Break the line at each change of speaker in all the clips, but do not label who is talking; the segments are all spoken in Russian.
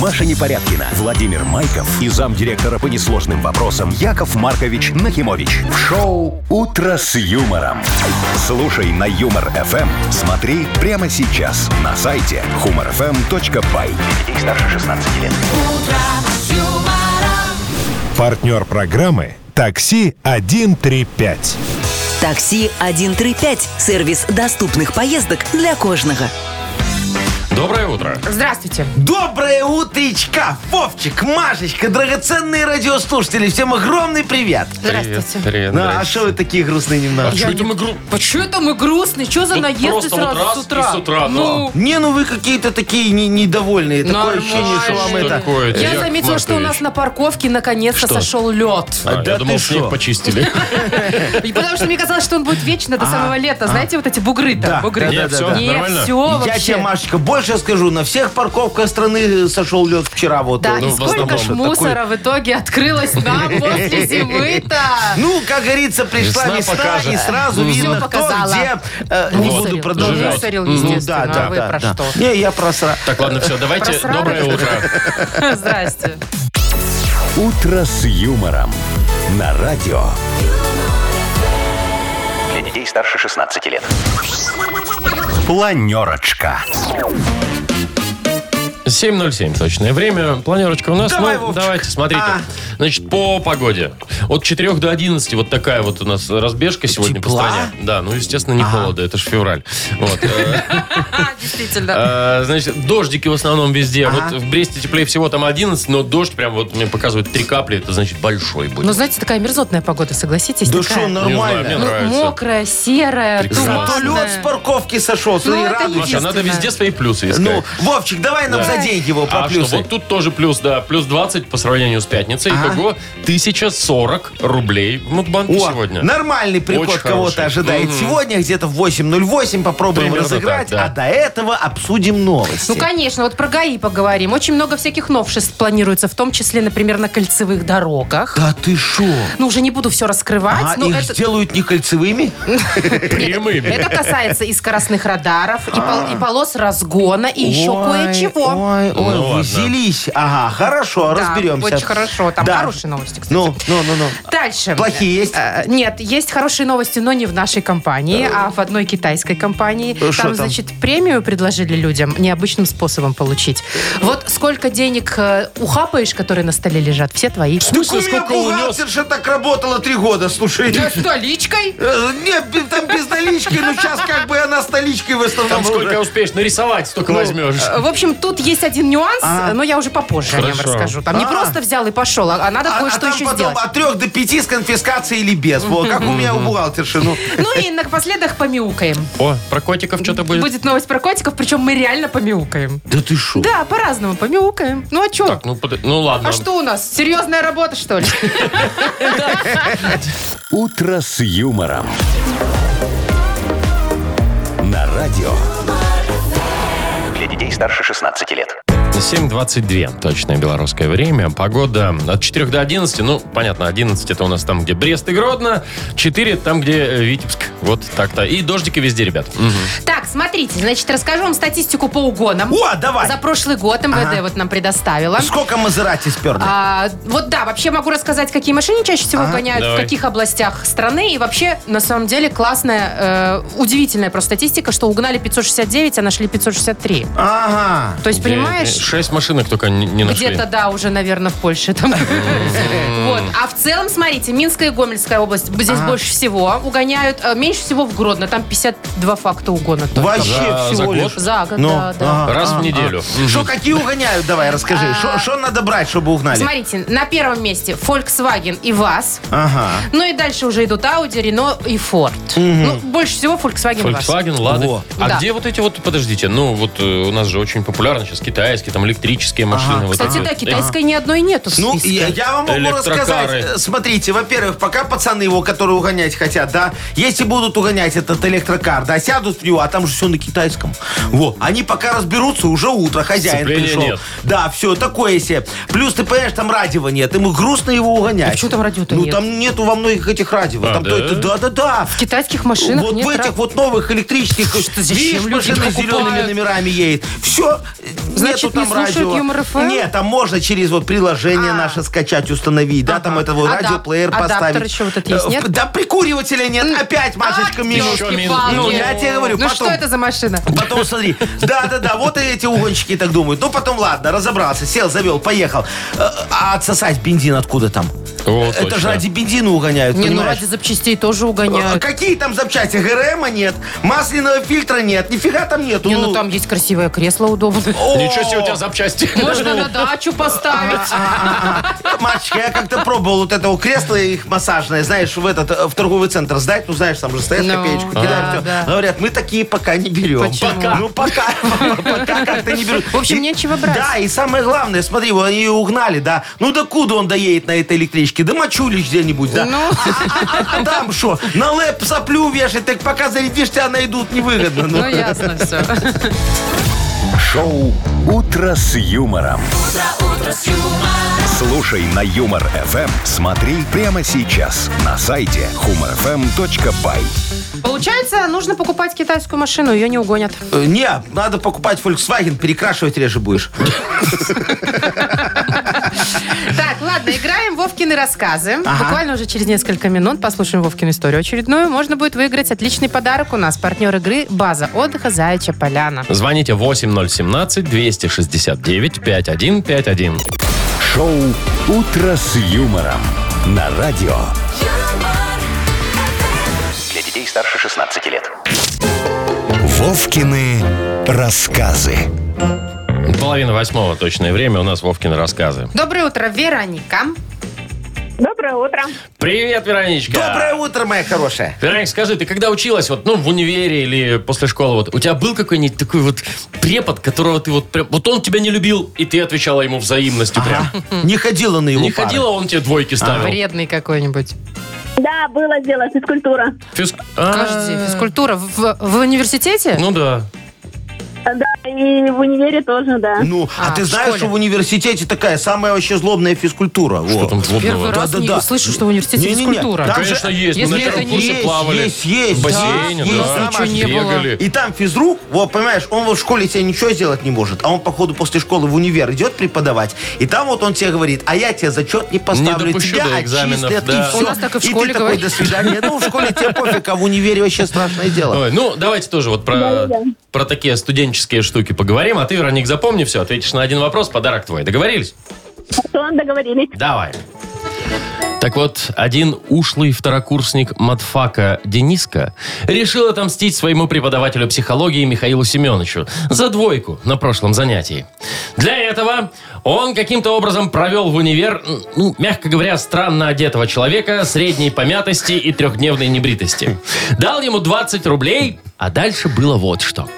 Маша Непорядкина, Владимир Майков и замдиректора по несложным вопросам Яков Маркович Нахимович. В шоу «Утро с юмором». Слушай на «Юмор-ФМ». Смотри прямо сейчас на сайте humorfm.by. Для детей старше 16 лет.
Партнер программы «Такси 135».
Такси 135 – сервис доступных поездок для кожного.
Доброе утро.
Здравствуйте.
Доброе утречка, Вовчик, Машечка, драгоценные радиослушатели. Всем огромный привет.
Здравствуйте.
Привет,
Ну, а
здрасте.
что вы такие грустные немного?
Чё это мы гру-
Почему это мы грустные? Что за
Вот
наезды
просто вот
сразу
раз
с утра?
и с утра,
ну,
Не, ну вы какие-то такие не- недовольные. Такое
Нормально.
ощущение, что вам
Что
это...
такое?
я заметила, что у нас на парковке наконец-то
Что?
сошел лед.
А,
Да
я
ты
думал,
шо?
снег почистили.
И Потому что мне казалось, что он будет вечно до самого лета. Знаете, вот эти бугры
Да,
там, бугры.
да,
А, Нет,
да,
всё,
да.
Нет,
нормально?
все
Я тебе,
вообще.
Машечка, больше скажу. На всех парковках страны сошел лед вчера. Вот.
Да,
Ну,
и
в
сколько
основном
ж
это
мусора в итоге открылось нам после зимы-то.
Ну, как говорится, пришла
Весна
весна,
покажет.
и
Всё
сразу видно,
показала.
кто где... э, не
Вот.
буду продолжать.
Мусорил,
Ну,
естественно.
да, да,
а вы
да,
про
да.
что?
Не, я просрал.
Так, ладно, все, давайте.
Просрали?
Доброе утро.
Здрасте.
«Утро с юмором» на радио. Для детей старше 16 лет. Планерочка.
7.07 точное время. Планерочка у нас.
Давай,
Ну,
Вовчик.
давайте, смотрите.
А.
Значит, по погоде. От 4 до 11 вот такая вот у нас разбежка сегодня по
Тепла?
стране. Да, ну, естественно, не холодно. Это же февраль. Вот. э,
А,
Действительно.
Э, Значит, дождики в основном везде. Вот в Бресте теплее всего там 11, но дождь прям вот мне показывают три капли, это значит большой
Ну,
будет.
знаете, такая мерзотная погода, согласитесь?
Да
такая.
что,
мне
нормально.
Ну,
нравится.
мокрая, серая,
Прекрасно.
То лед с
туманная. Ну,
парковки сошел. Смотри,
это
радуйся.
Маша, надо
естественно.
везде свои плюсы искать.
Ну, Вовчик, давай нам
Да.
за деньги его
а что,
проплюсай.
вот тут тоже плюс, да, плюс 20 по сравнению с пятницей. Итого 1040 рублей в Мудбанке
О,
сегодня.
Нормальный приход
Очень
кого-то
хороший.
ожидает
Мгм.
сегодня, где-то в 8.08 попробуем
Примерно
разыграть,
так, да.
а до этого обсудим новости.
Ну, конечно, вот про ГАИ поговорим. Очень много всяких новшеств планируется, в том числе, например, на кольцевых дорогах.
Да ты шо?
Ну, уже не буду все раскрывать,
А,
но
их
ну, это,
сделают не кольцевыми?
Прямыми.
это касается и скоростных радаров, и, пол- и полос разгона, и еще
А. Ой,
кое-чего.
Ой, ой,
Ну, ладно.
взялись. Ага, хорошо,
Да,
разберемся.
Очень хорошо. Там
Да.
хорошие новости, кстати.
Ну, ну, ну, ну.
Дальше.
Плохие есть?
Э, Нет, есть хорошие новости, но не в нашей компании, а в одной китайской компании.
Э, шо
Там,
там?
значит, премию предложили людям необычным способом получить. Вот сколько денег э, ухапаешь, которые на столе лежат, все твои.
Так у меня
сколько унес?
бухгалтерша так работала три года, слушай.
столичкой?
Э, Не, б- там без налички, ну сейчас как бы она с наличкой в основном.
Там сколько
уже. Ну, а.
успеешь нарисовать, столько возьмешь.
Э, В общем, тут есть один нюанс, но я уже попозже о нем
Хорошо.
расскажу. Там не
А.
просто взял и пошел, а, а надо
А, а
кое-что
там
еще
потом
сделать.
от трех до пяти с конфискацией или без. Во, как у меня у бухгалтерши. Ну,
Ну и напоследок помяукаем.
О, про котиков что-то будет.
Будет новость про котиков, причем мы реально помяукаем.
Да ты шо?
Да, по-разному помяукаем. Ну а что?
Так, ну, под- ну ладно.
А что у нас? Серьезная работа, что ли?
«Утро с юмором». На радио. Для детей старше 16 лет.
7.22 точное белорусское время. Погода от 4 до 11. Ну, понятно, 11 это у нас там, где Брест и Гродно. 4 там, где э, Витебск. Вот так-то. И дождики везде, ребят. Мгм.
Так, смотрите, значит, расскажу вам статистику по угонам.
О, давай.
За прошлый год МВД вот нам предоставила.
Сколько Мазерати сперли?
А, вот да, вообще могу рассказать, какие машины чаще всего гоняют,
Давай.
в каких областях страны. И вообще, на самом деле, классная, э, удивительная просто статистика, что угнали 569, а нашли 563.
Ага.
То есть,
Где-
понимаешь,
э, Шесть машинок только не, не нашли.
Где-то, да, уже, наверное, в Польше там. Вот. А в целом, смотрите, Минская и Гомельская область, здесь
А.
больше всего угоняют. э, Меньше всего в Гродно, там 52 факта угона. только.
За-
Вообще
за
всего
год?
лишь.
За год,
Ну,
да, да. А-
ага.
Раз в неделю. Мгм.
Что, какие угоняют? Давай, расскажи. Что надо брать, чтобы угнали?
Смотрите, на первом месте Volkswagen и ВАЗ.
Ага.
Ну и дальше уже идут Audi, Renault и Ford. Ну, больше всего Volkswagen и VAZ.
Volkswagen, Лада.
Во.
А
Да.
где вот эти вот, подождите, ну вот э, у нас же очень популярно сейчас китайские, там электрические машины. вот
Кстати,
эти
да,
вот.
китайской ни одной нету в
Ну,
списке.
я, я вам могу
Электрокары.
рассказать. Э, Смотрите, во-первых, пока пацаны его, которые угонять хотят, да, если будут угонять этот электрокар, да, сядут в него, а там же все на китайском. Во, они пока разберутся, уже утро, хозяин
Сцепления
пришел.
нет.
Да, все, такое себе. Плюс, ты понимаешь, там радио нет, ему грустно его угонять.
А чё там радио-то
Ну,
нет?
там нету во многих этих радио.
А,
там
да?
то это- да-да-да.
В китайских машинах
вот
нет
в этих
рак-
вот новых электрических,
Что, зачем
видишь,
люди
машина с
покупают?
зелеными номерами едет. Все,
Значит,
нету там там
слушают
радио.
«Юмор ФМ»?
Нет, там можно через вот приложение
А.
наше скачать, установить, да,
Ага.
там это вот
Адап-
радиоплеер
адаптер
поставить.
еще вот этот есть,
Э,
нет?
Да прикуривателя нет, опять, Машечка, минус.
Еще минус.
Ёлки-палки.
Ну, я тебе говорю,
Ну, что
потом-
это за машина?
Потом смотри, да-да-да, вот и эти угонщики так думают. Ну, потом, ладно, разобрался, сел, завел, поехал. Э, А отсосать бензин откуда там?
О,
Это же
точно.
ради бензина угоняют,
Не, ну
понимаешь?
ради запчастей тоже
А
угоняют.
Какие там запчасти? ГРМа нет, масляного фильтра нет, нифига там нету.
Не, ну там есть красивое кресло удобное.
О,
Ничего себе у тебя запчасти.
Можно на дачу поставить.
А, Машечка, а. я как-то пробовал вот этого кресла их массажное, знаешь, в этот, э, в торговый центр сдать, ну знаешь, там же стоят
Ну,
копеечку,
да,
кидают всё.
да.
Говорят, мы такие пока не берем.
Почему? Пока.
Ну пока, пока как-то не берут.
В общем,
И-
нечего брать.
Да, и самое главное, смотри, вот они ее угнали, да. Ну да куда он доедет на этой электричке? Да мочулись где-нибудь, да.
Ну.
А- а- а- а там что? На лэп соплю вешать, так пока зарядишь, тебя найдут невыгодно.
Ну, ясно все.
Шоу «Утро с юмором». Слушай на Юмор ФМ. Смотри прямо сейчас на сайте humorfm.by.
Получается, нужно покупать китайскую машину, ее не угонят.
Э, Не, надо покупать Volkswagen, перекрашивать реже будешь.
Так, ладно, играем Вовкины рассказы. Буквально уже через несколько минут послушаем Вовкину историю очередную. Можно будет выиграть отличный подарок у нас. Партнер игры «База отдыха Заячья Поляна».
Звоните 8017-269-5151.
Шоу «Утро с юмором» на радио.
Для детей старше 16 лет.
Вовкины рассказы.
Половина восьмого точное время. У нас Вовкины рассказы.
Доброе утро, Вероника.
Доброе утро.
Привет, Вероничка.
Доброе утро, моя хорошая.
Вероника, скажи, ты когда училась, вот, ну, в универе или после школы, вот, у тебя был какой-нибудь такой вот препод, которого ты вот прям, вот он тебя не любил, и ты отвечала ему взаимностью прям.
Не ходила на его
Не
пары.
ходила, он тебе двойки ставил.
Вредный какой-нибудь.
Да, было дело, физкультура.
Физ- А,
Подожди, физкультура в, в университете?
Ну да.
Да, и в универе тоже, да.
Ну, а,
А,
ты
в
знаешь,
школе?
что в университете такая самая вообще злобная физкультура.
Что
Во.
там
Первый
злобного?
раз не слышу, что в университете
Не-не-не,
физкультура.
там
Конечно,
же-
есть. Мы
Если
на первом
это
курсе
есть,
плавали.
есть, есть,
В бассейне,
да, есть,
да.
ничего не было.
бегали.
И там физрук, вот, понимаешь, он вот в школе тебе ничего сделать не может, а он, походу, после школы в универ идет преподавать, и там вот он тебе говорит, а я тебе зачет не поставлю,
допущу
тебя
до экзаменов,
отчислят,
да.
и все.
У нас так и в школе
ты такой,
говорят.
до свидания. Ну, в школе тебе пофиг, а в универе вообще страшное дело.
Ой, ну, давайте тоже вот про,
Да-да-да.
про такие студенческие штуки поговорим. А ты, Вероник, запомни все, ответишь на один вопрос, подарок твой. Договорились?
Потом договорились.
Давай. Так вот, один ушлый второкурсник матфака Дениска решил отомстить своему преподавателю психологии Михаилу Семеновичу за двойку на прошлом занятии. Для этого он каким-то образом провел в универ, ну, мягко говоря, странно одетого человека средней помятости и трехдневной небритости. Дал ему 20 рублей, а дальше было вот что.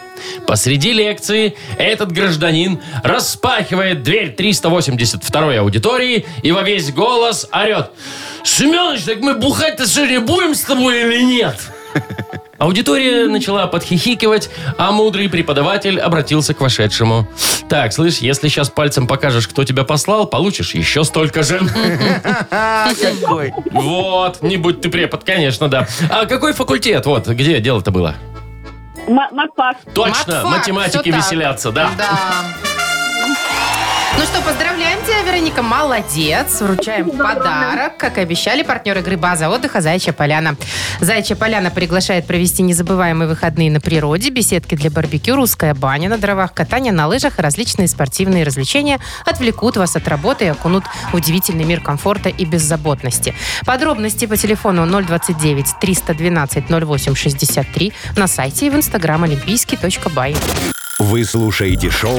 Посреди лекции этот гражданин распахивает дверь 382 аудитории и во весь голос орет. «Семенович, так мы бухать-то сегодня будем с тобой или нет?» Аудитория начала подхихикивать, а мудрый преподаватель обратился к вошедшему. «Так, слышь, если сейчас пальцем покажешь, кто тебя послал, получишь еще столько же».
А, какой.
Вот, не будь ты препод, конечно, да. А какой факультет? Вот, где дело-то было?
М- Матфак.
Точно,
Матфак,
математики
всё так.
веселятся, да.
Да. Ну что, поздравляем тебя, Вероника, молодец. Вручаем подарок, как и обещали, партнер игры «База отдыха» «Заячья поляна». «Заячья поляна» приглашает провести незабываемые выходные на природе, беседки для барбекю, русская баня на дровах, катание на лыжах и различные спортивные развлечения отвлекут вас от работы и окунут в удивительный мир комфорта и беззаботности. Подробности по телефону 029 312 08 63 на сайте и в инстаграм олимпийский.бай.
Вы слушаете шоу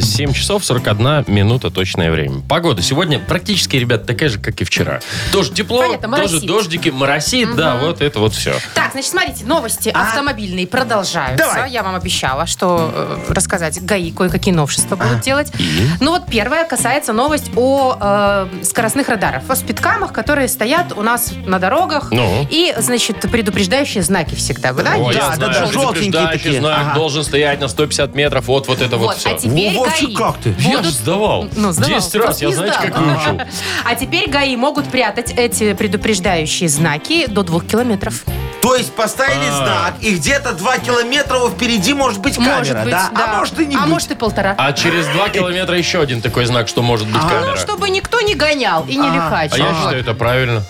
7 часов 41 минута точное время. Погода сегодня практически, ребят, такая же, как и вчера. Тоже тепло,
Понятно,
тоже
моросит.
дождики, моросит, да, вот это вот все.
Так, значит, смотрите, новости автомобильные продолжаются.
А. Давай.
Я вам обещала, что э, рассказать ГАИ кое-какие новшества
А.
будут делать. Ну вот первая касается новость о э, скоростных радарах, о спидкамах, которые стоят у нас на дорогах.
Ну.
И, значит, предупреждающие знаки всегда. Вы, А, да,
О,
видели?
я
да,
знаю,
да, желтенькие
предупреждающий
такие.
знак
Ага.
должен стоять на 150 метров, вот, вот это вот,
Вот,
все.
а теперь
Во, Вовчик,
ГАИ
как ты?
Я
будут-
ж сдавал.
Ну, сдавал.
200 раз,
Просто
я
не
знаете,
сдал.
как выучил.
А теперь ГАИ могут прятать эти предупреждающие знаки до двух километров.
То есть поставили знак, и где-то 2 километра впереди может быть камера,
Может быть,
да? А может и не
А
быть.
может и полтора.
А через два километра еще один такой знак, что может быть
Ну,
камера.
чтобы никто не гонял и не
А
лихачил.
я
Вот.
считаю, это правильно.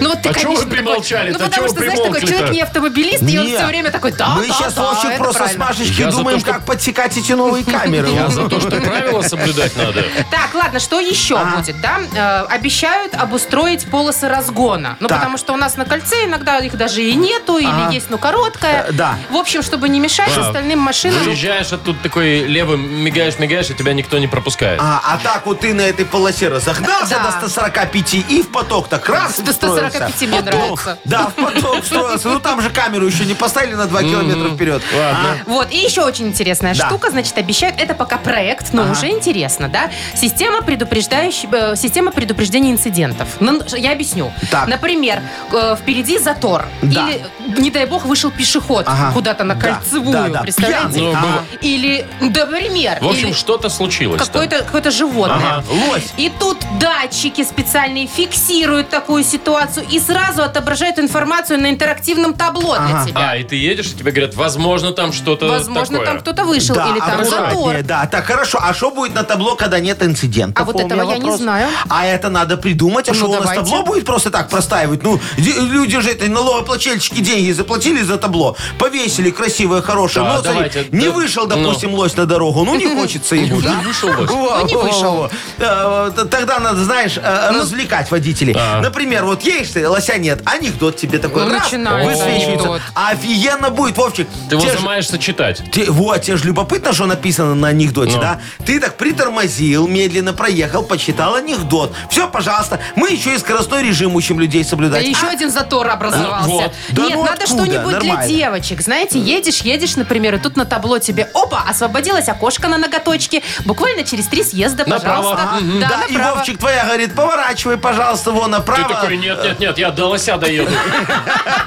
Ну вот ты,
А чего вы
конечно, такой-
примолчали-то?
Ну потому
Чего
что,
вы
знаешь, такой
примолкли-то?
человек не автомобилист, и он
Не.
все время такой, да,
Мы
да,
сейчас
да,
очень
это
просто
правильно».
с Машечкой
Я за
думаем,
то, что-
как подсекать эти новые камеры.
Я за Ну, то, что правила соблюдать надо.
Так, ладно, что еще
А?
Ага.
будет, да? Э, обещают обустроить полосы разгона. Ну,
Так.
потому что у нас на кольце иногда их даже и нету, или
Ага.
есть, ну, короткая.
Э, да.
В общем, чтобы не мешать
Да.
остальным машинам.
Выезжаешь оттуда такой левым, мигаешь, мигаешь, и тебя никто не пропускает.
А, а так вот ты на этой полосе разогнался
Да.
до 145 и в поток так раз
До 145 мне
устроился.
нравится.
Да, в поток встроился. Ну там же камеру еще не поставили на 2 километра вперед.
Ладно.
Вот, и еще очень интересная
Да.
штука, значит, обещают, это пока проект, но уже интересно, да? Система, предупреждающая, э, система предупреждения инцидентов. Ну, я объясню.
Так.
Например, э, впереди затор.
Да.
Или, не дай бог, вышел пешеход
Ага.
куда-то на
Да,
кольцевую,
А, да, да.
представляете?
Пьяный.
Ну,
Ага.
Или, например,
В общем,
или
что-то случилось. там.
какое-то какое животное.
Ага.
Лось.
И тут датчики специальные фиксируют такую ситуацию и сразу отображают информацию на интерактивном табло для тебя.
А, и ты едешь, и тебе говорят, возможно, там что-то
Возможно,
э, такое.
там кто-то вышел
Да,
или там затор.
аккуратнее, да. Так, хорошо. А что будет на табло, когда нет инцидентов?
А вот
У меня
этого я не
вопрос.
знаю.
А это надо придумать. А
Ну,
что у нас
давайте.
табло будет просто так простаивать? Ну, де- люди же, это налогоплательщики деньги заплатили за табло, повесили красивое, хорошее.
Да,
Ну, смотри,
давайте,
не
да,
вышел,
ну.
допустим, лось на дорогу. Ну, не хочется ему, да?
Не вышел лось.
Во,
Ну, не
во,
вышел. Ну.
во. Э, вот Тогда надо, знаешь, э, развлекать водителей. Например, вот едешь ты, лося нет, анекдот тебе такой.
Ну,
раз,
начинается анекдот.
Высвечивается. Офигенно будет, Вовчик.
Ты
Те же-
возымаешься читать.
Те- вот, тебе же любопытно, что написано на анекдоте,
Ну.
да? Ты так притормозил, медленно проехал, почитал анекдот. Все, пожалуйста. Мы еще и скоростной режим учим людей
Да
соблюдать.
еще
А,
один затор образовался.
Вот.
Да
Нет,
ну
надо
откуда?
что-нибудь для
Нормально.
девочек. Знаете, едешь, едешь, например, и тут на табло тебе, опа, освободилось окошко на ноготочке. Буквально через три съезда,
Направо.
пожалуйста.
Мгм.
Да,
да, и
направо.
Вовчик твоя говорит, поворачивай, пожалуйста, вон
Ты
направо.
такой, нет, нет, нет, я до лося доеду.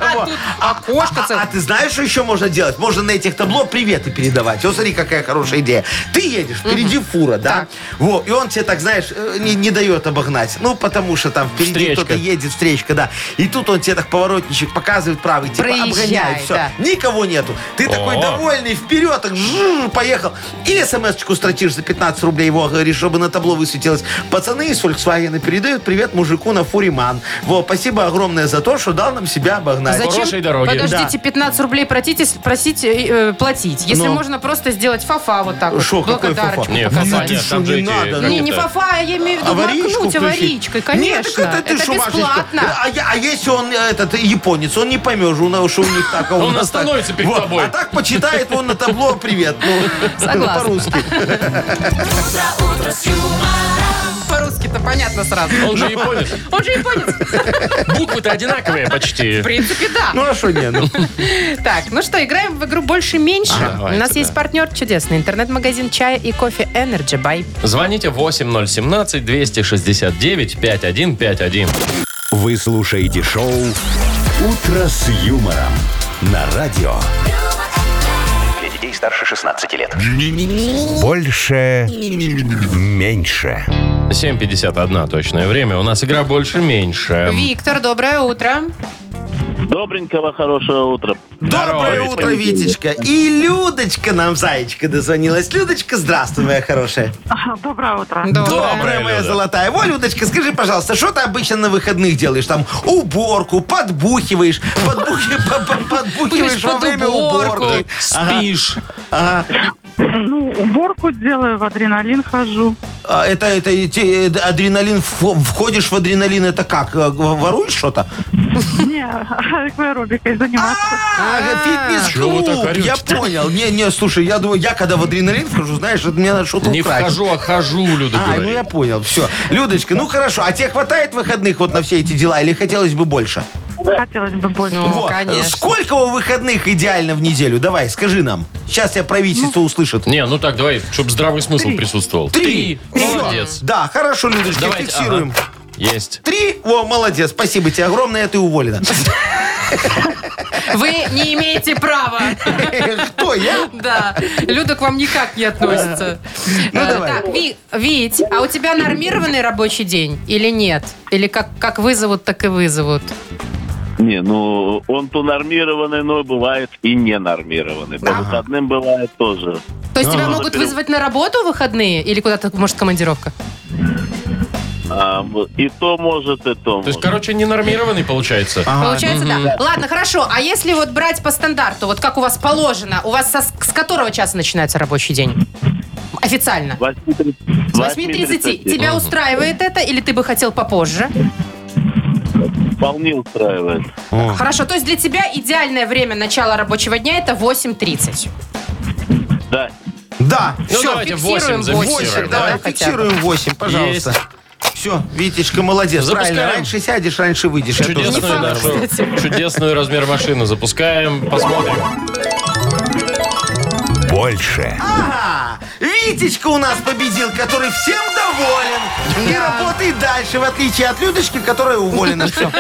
А тут окошко
А-
целое.
А, ты знаешь, что еще можно делать? Можно на этих табло приветы передавать. Вот смотри, какая хорошая идея. Ты едешь, впереди фура, да? Во, и он тебе так, знаешь, э, не, не дает обогнать. Ну, потому что там впереди
Встречка.
кто-то едет, встречка, да. И тут он тебе так поворотничек показывает правый, типа
Проезжай,
обгоняет, все.
да.
Никого нету. Ты такой довольный, вперед, так жжж, поехал. И смс-очку стратишь за 15 рублей, его говоришь, чтобы на табло высветилось. Пацаны из Volkswagen передают привет мужику на фуре Ман. Во, спасибо огромное за то, что дал нам себя
А
обогнать.
Хорошей дороги.
Подождите, 15 рублей платите, просить, э, э, платить. Если
Ну.
можно просто сделать фафа вот так вот.
Шо, какой
благодарочку
фафа?
Не,
показать.
фафа
Ну, ты
нет,
шо,
там же
не
эти, э,
надо.
как
Не, не
это?
фафа, а я имею в виду
Аварийку
макнуть
включить?
аварийкой, конечно.
Нет, так это ты шо, Машечка?
бесплатно.
А, я- а если он э, этот японец, он не поймет, что у нас- что у них так. а у
Он
нас так.
остановится перед
Вот.
тобой.
А так почитает он на табло «Привет». Ну,
Согласна.
По-русски.
По-русски-то понятно сразу.
Он же японец.
Он же японец.
Буквы-то одинаковые почти.
В принципе, да.
Ну, а что не? Ну,
Так, ну что, играем в игру «Больше-меньше».
Давайте,
У нас есть
да.
партнер чудесный. Интернет-магазин чая и кофе Energy Бай.
Звоните 8017-269-5151.
Вы слушаете шоу «Утро с юмором» на радио.
Для детей старше 16 лет.
Больше.
Меньше.
7.51 точное время. У нас игра больше-меньше.
Виктор, доброе утро.
Добренького, хорошего утра.
Доброе
Здорово,
утро, Витечка. И Людочка нам, зайчика, дозвонилась. Людочка, здравствуй, моя хорошая.
Доброе
А.
утро.
Доброе,
Добрая моя
Люда.
золотая. Во, Людочка, скажи, пожалуйста, что ты обычно на выходных делаешь? Там уборку, подбухиваешь, подбухи- по- по- подбухиваешь
Будешь
во
под
время
уборку.
уборки.
Спишь.
Ага.
Ну, уборку делаю, в адреналин хожу.
А, Это, это те- э, адреналин, в- входишь в адреналин, это как? э, в- Воруешь что-то?
Не, аэробикой заниматься.
А,
Чего вы так
фитнес-клуб, я
орете-то?
понял. Не, не, слушай, я думаю, я когда в адреналин вхожу, знаешь, это мне надо что-то
Не
украсть.
вхожу, а хожу, Люда
Ну, А, ну
говорит.
я понял, все. Людочка, ну хорошо, а тебе хватает выходных вот на все эти дела или хотелось бы больше?
Хотелось бы больше.
Ну,
Во,
конечно.
Сколько у выходных идеально в неделю? Давай, скажи нам. Сейчас тебя правительство услышит.
Не, ну так, давай, чтобы здравый смысл присутствовал.
Всё.
Молодец.
Да, хорошо, Людочка,
Давайте,
фиксируем.
ага. Есть.
Три. О, молодец, спасибо тебе огромное, ты уволена.
Вы не имеете права.
Кто я?
Да, Люда к вам никак не относится.
Ну,
Э,
давай.
Так, Ви- Вить, а у тебя нормированный рабочий день или нет? Или как, как вызовут, так и вызовут?
Не, ну он то нормированный, но бывает и ненормированный. По
Ага.
выходным бывает тоже.
То есть тебя
Ага.
могут вызвать на работу в выходные или куда-то, может, командировка?
А, вот, и то может, и то,
То есть,
может.
короче, ненормированный получается.
А.
Получается, да. Ладно, хорошо. А если вот брать по стандарту, вот как у вас положено, у вас со- с которого часа начинается рабочий день? Официально.
Восьми тридцать-
С
восьми
8.30.
тридцати.
Тебя устраивает это или ты бы хотел попозже?
Вполне устраивает.
Хорошо, то есть для тебя идеальное время начала рабочего дня это 8.30.
Да,
Да.
Ну,
Всё,
давайте
фиксируем
8
восемь,
зафиксируем.
да?
Давай,
хотя бы.
фиксируем 8, пожалуйста. Все, Витечка, молодец.
Запускаем.
Правильно, раньше сядешь, раньше выйдешь. Я тоже
Чудесную,
Не факт,
даже-
кстати.
чудесную размер машины запускаем. Посмотрим.
больше,
Ага, Витечка у нас победил, который всем доволен. И работает дальше, в отличие от Людочки, которая уволена. Все.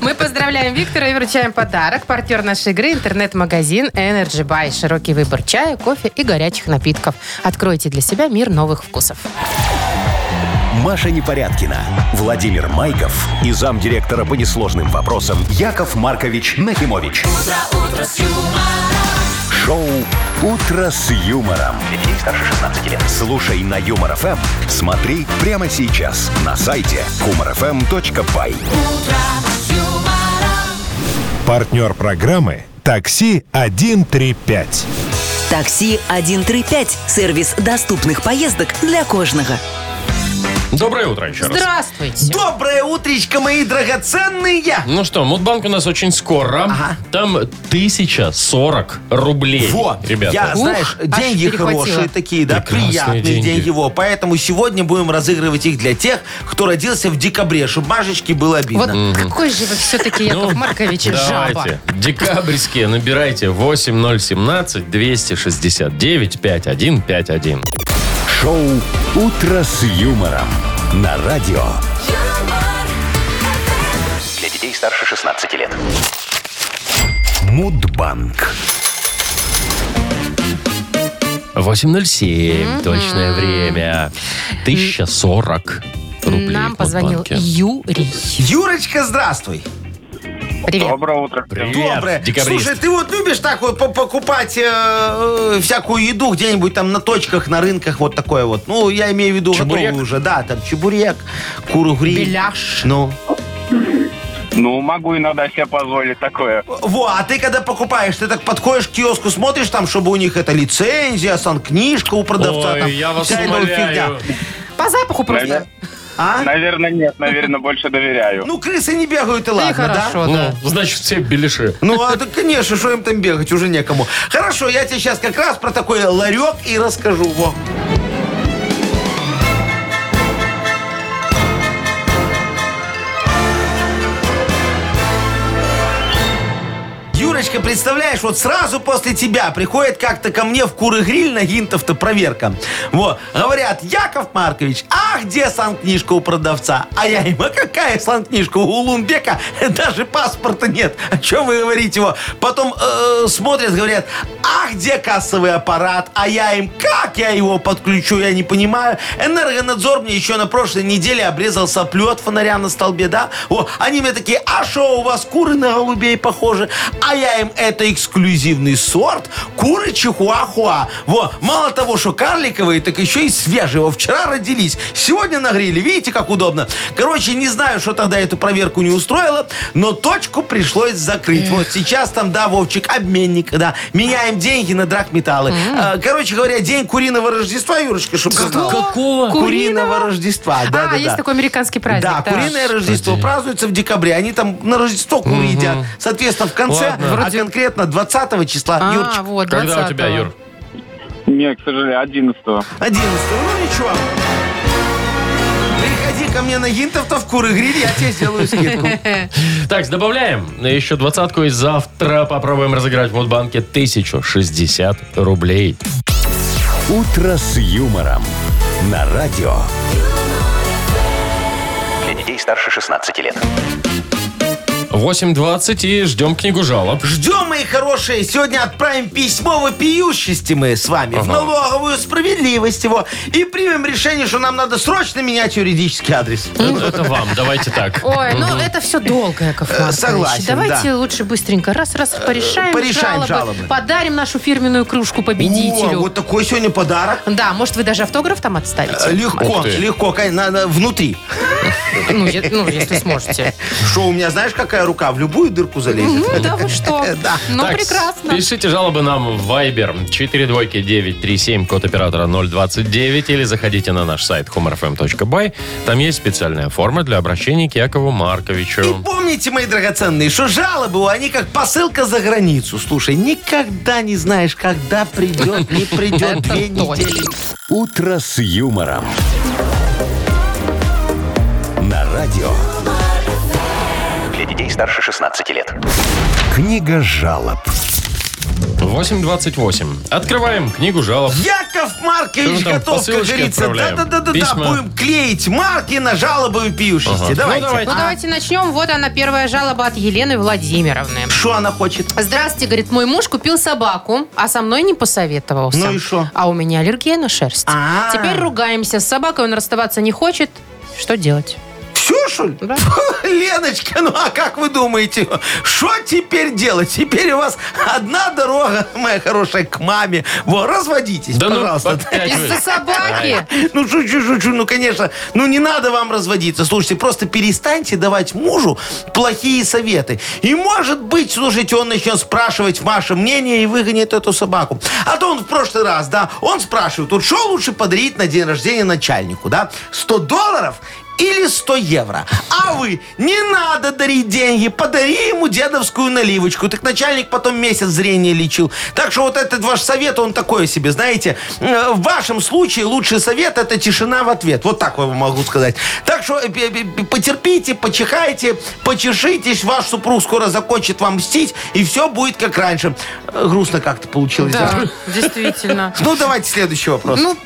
Мы поздравляем Виктора и вручаем подарок. Партнер нашей игры – интернет-магазин Energy Buy. Широкий выбор чая, кофе и горячих напитков. Откройте для себя мир новых вкусов.
Маша Непорядкина, Владимир Майков и замдиректора по несложным вопросам Яков Маркович Нахимович. Шоу Утро с юмором.
Для детей старше 16 лет.
Слушай на Юмор ФМ, смотри прямо сейчас на сайте humorfm.by.
партнер программы «Такси 135».
Такси 135. Сервис доступных поездок для кожного.
Доброе утро еще раз.
Здравствуйте.
Доброе утречко, мои драгоценные.
Ну что, Мудбанк у нас очень скоро. Там 1040 рублей.
Вот,
ребята.
я,
Ух,
знаешь,
аж
деньги
перехватило.
хорошие такие, да,
Прекрасные
приятные
деньги.
деньги. его. Поэтому сегодня будем разыгрывать их для тех, кто родился в декабре, чтобы Машечке было обидно.
Вот какой же вы все-таки,
Ну,
Яков Маркович, жаба.
Давайте. Декабрьские набирайте 8017-269-5151.
Шоу Утро с юмором на радио.
Для детей старше 16 лет.
Мудбанк.
8.07. Точное время. 1040 рублей.
Нам
в
позвонил
Мудбанке.
Юрий.
Юрочка, здравствуй.
Привет.
Доброе утро.
Привет,
Доброе.
декабрист.
Слушай, ты вот любишь так вот по- покупать э, э, всякую еду где-нибудь там на точках, на рынках, вот такое вот. Ну, я имею в виду
Чебурек?
готовую уже. Да, там чебурек, куру гриль.
Беляш.
Ну.
Ну, могу иногда себе позволить такое.
Во, а ты когда покупаешь, ты так подходишь к киоску, смотришь там, чтобы у них это лицензия, санкнижка у продавца.
Ой,
там,
я вас
вся эта вот
умоляю.
фигня.
По запаху просто.
А?
Наверное, нет, наверное, больше доверяю.
Ну, крысы не бегают, и
Да и
ладно, да?
хорошо, да.
Ну, значит, все беляши.
Ну, а так, конечно, что им там бегать, уже некому. Хорошо, я тебе сейчас как раз про такой ларек и расскажу. Во. Юрочка, представляешь, вот сразу после тебя приходит как-то ко мне в куры гриль на гинтов-то проверка. Вот. Говорят, Яков Маркович, а где санкнижка у продавца? А я им, а какая санкнижка? У Лумбека даже паспорта нет. О чем вы говорите его? Потом э, смотрят, говорят, а где кассовый аппарат? А я им, как я его подключу, я не понимаю. Энергонадзор мне еще на прошлой неделе обрезал соплю от фонаря на столбе, да? О, они мне такие, а что у вас куры на голубей похожи? А я им, это эксклюзивный сорт куры чихуахуа. Во, мало того, что карликовые, так еще и свежие. Во, вчера родились, сегодня нагрели. Видите, как удобно? Короче, не знаю, что тогда эту проверку не устроило, но точку пришлось закрыть. Вот сейчас там, да, Вовчик, обменник, да, меняем деньги на драгметаллы. А, Короче говоря, день куриного Рождества, Юрочка, чтобы ты знала.
Какого?
Куриного Рождества, да,
а,
да,
есть
да.
такой американский праздник.
Да, куриное Рождество празднуется в декабре. Они там на Рождество куры едят. Соответственно, в конце,
Ладно.
а конкретно 20 числа,
А,
Юрчик,
вот,
Когда у тебя,
20-го.
Юр?
Не, к сожалению, 11
11 Ну ничего. Приходи ко мне на гинтов-то в куры гриль, я тебе сделаю скидку.
Так, добавляем еще двадцатку и завтра попробуем разыграть в Мудбанке 1060 рублей.
Утро с юмором на радио.
Для детей старше 16 лет.
8.20 и ждем книгу жалоб.
Ждем, мои хорошие. Сегодня отправим письмо вопиющести мы с вами в налоговую справедливость его. И примем решение, что нам надо срочно менять юридический адрес.
Это, это вам, давайте так.
Ой, ну это все долго, Яков
Э,
Маркович.
согласен,
Давайте
да.
лучше быстренько раз-раз порешаем,
порешаем жалобы.
Подарим нашу фирменную кружку
О,
победителю.
вот такой сегодня подарок.
Да, может, вы даже автограф там отставите?
Э, Легко,
Ух ты.
легко, кон- надо внутри. Э,
Ну, е- ну, если сможете.
Что у меня, знаешь, какая рука? В любую дырку залезет.
Ну, да вы что? Ну,
Так,
прекрасно.
Пишите жалобы нам в Viber 42937, код оператора 029, или заходите на наш сайт humorfm.by. Там есть специальная форма для обращения к Якову
И
Марковичу.
помните, мои драгоценные, что жалобы, они как посылка за границу. Слушай, никогда не знаешь, когда придет, не придет две недели.
«Утро с юмором». На радио.
Для детей старше 16 лет.
Книга жалоб.
8.28. Открываем книгу жалоб.
Яков
Что
Маркович
там,
готов, как
посылочки
говорится.
отправляем?
Да-да-да-да,
Письма?
будем клеить марки на жалобы
Ага.
вопиющести.
Ну,
Давайте.
давайте.
Ну, давайте начнем. Вот она, первая жалоба от Елены Владимировны.
Что она хочет?
Здравствуйте, говорит, мой муж купил собаку, а со мной не посоветовался.
Ну и шо?
А у меня аллергия на шерсть.
А.
Теперь ругаемся с собакой, он расставаться не хочет. Что делать?
Все, что ли?
Да.
Фу, Леночка, ну а как вы думаете, что теперь делать? Теперь у вас одна дорога, моя хорошая, к маме. Во, разводитесь,
Да ну,
пожалуйста.
опять вы.
Из-за собаки?
Ну, шучу, шучу, ну, конечно. Ну, не надо вам разводиться. Слушайте, просто перестаньте давать мужу плохие советы. И, может быть, слушайте, он начнет спрашивать ваше мнение и выгонит эту собаку. А то он в прошлый раз, да, он спрашивает, вот что лучше подарить на день рождения начальнику, да? 100 долларов или 100 евро. А вы, не надо дарить деньги, подари ему дедовскую наливочку. Так начальник потом месяц зрение лечил. Так что вот этот ваш совет, он такой себе, знаете, э, в вашем случае лучший совет это тишина в ответ. Вот так я вам могу сказать. Так что э, э, э, потерпите, почихайте, почешитесь, ваш супруг скоро закончит вам мстить, и все будет как раньше. Э, Грустно как-то получилось.
Да,
да?
действительно.
Ну, давайте следующий вопрос.
Ну,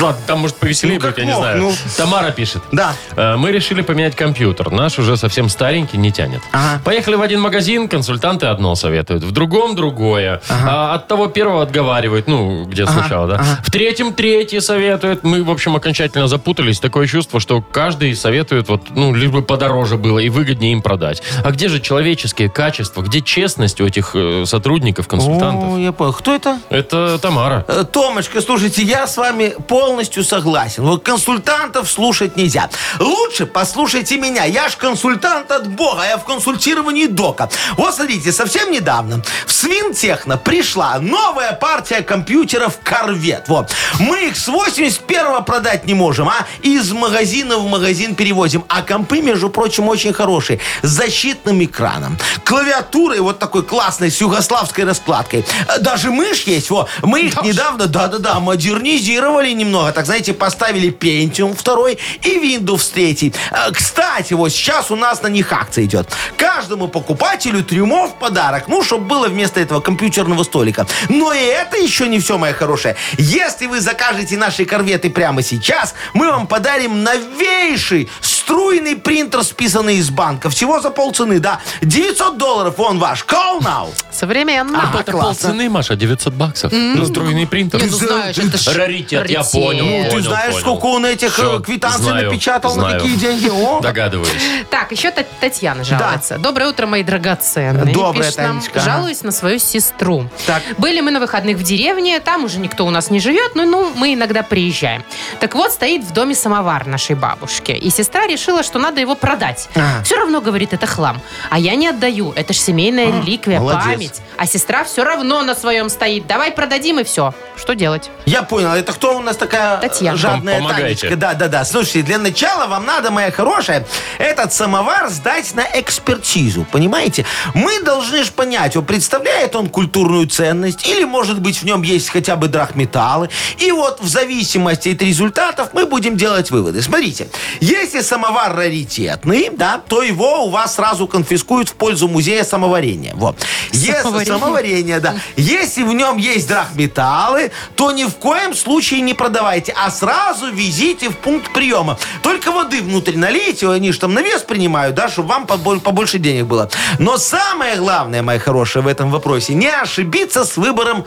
Ладно, там может повеселее
Ну, как
будет, я не
мог,
знаю.
ну.
Тамара пишет.
Да.
«Э, Мы решили поменять компьютер. Наш уже совсем старенький, не тянет.
Ага.
Поехали в один магазин, консультанты одно советуют, в другом другое. А от того первого отговаривают, ну, где сначала, да. В третьем третье советуют. Мы, в общем, окончательно запутались. Такое чувство, что каждый советует, вот, ну, лишь бы подороже было и выгоднее им продать. А где же человеческие качества? Где честность у этих э, сотрудников, консультантов?
О, я понял. Кто это?
Это Тамара.
Э, Томочка, слушайте, я с вами полностью согласен. Вот консультантов слушать нельзя. Лучше послушайте меня. Я ж консультант от Бога. Я в консультировании Дока. Вот смотрите, совсем недавно в Свинтехно пришла новая партия компьютеров Корвет. Вот. Мы их с 81-го продать не можем, а? Из магазина в магазин перевозим. А компы, между прочим, очень хорошие. С защитным экраном, клавиатурой вот такой классной, с югославской раскладкой. Э, Даже мышь есть, во. Мы их недавно, да-да-да, модернизировали немного. Так, знаете, поставили Pentium 2 и Windows 3. Э, Кстати, вот сейчас у нас на них акция идет. Каждому покупателю трюмо в подарок. Ну, чтобы было вместо этого компьютерного столика. Но и это еще не все, моя хорошая. Если вы закажете наши корветы прямо сейчас, мы вам подарим новейший струйный принтер, списанный из банка. Всего за полцены, да. 900 долларов, он ваш. Call now.
современно.
Ну,
А,
Это полцены, Маша, 900 баксов. Настроенный принтер.
Не, ну знаешь, это ж
Раритет, я понял.
раритет.
Ты
понял,
знаешь,
понял.
сколько он этих
Всё,
э, квитанций
знаю,
напечатал,
знаю.
на какие деньги? О.
Догадываюсь.
Так, еще Тат- Татьяна жалуется. Доброе утро, мои драгоценные.
Доброе,
Пишет нам,
Танечка, ага.
Жалуюсь на свою сестру.
Так.
Были мы на выходных в деревне, там уже никто у нас не живет, но ну, мы иногда приезжаем. Так вот, стоит в доме самовар нашей бабушки. И сестра решила, что надо его продать.
Ага.
Все равно, говорит, это хлам. А я не отдаю, это ж семейная реликвия,
молодец.
память. А сестра все равно на своем стоит. Давай продадим и все. Что делать?
Я понял, это кто у нас такая
Татьяна.
э, жадная
Пом- помогайте.
Танечка? Да, да, да. Слушайте, для начала вам надо, моя хорошая, этот самовар сдать на экспертизу, понимаете? Мы должны ж понять, вот представляет он культурную ценность, или, может быть, в нем есть хотя бы драгметаллы. И вот в зависимости от результатов мы будем делать выводы. Смотрите, если самовар раритетный, да, то его у вас сразу конфискуют в пользу музея самоварения. Вот. Если
Самоварения.
самоварение варенье, да. Если в нем есть драгметаллы, то ни в коем случае не продавайте, а сразу везите в пункт приема. Только воды внутрь налейте, они же там навес принимаю, да, чтобы вам побо- побольше денег было. Но самое главное, мои хорошие, в этом вопросе не ошибиться с выбором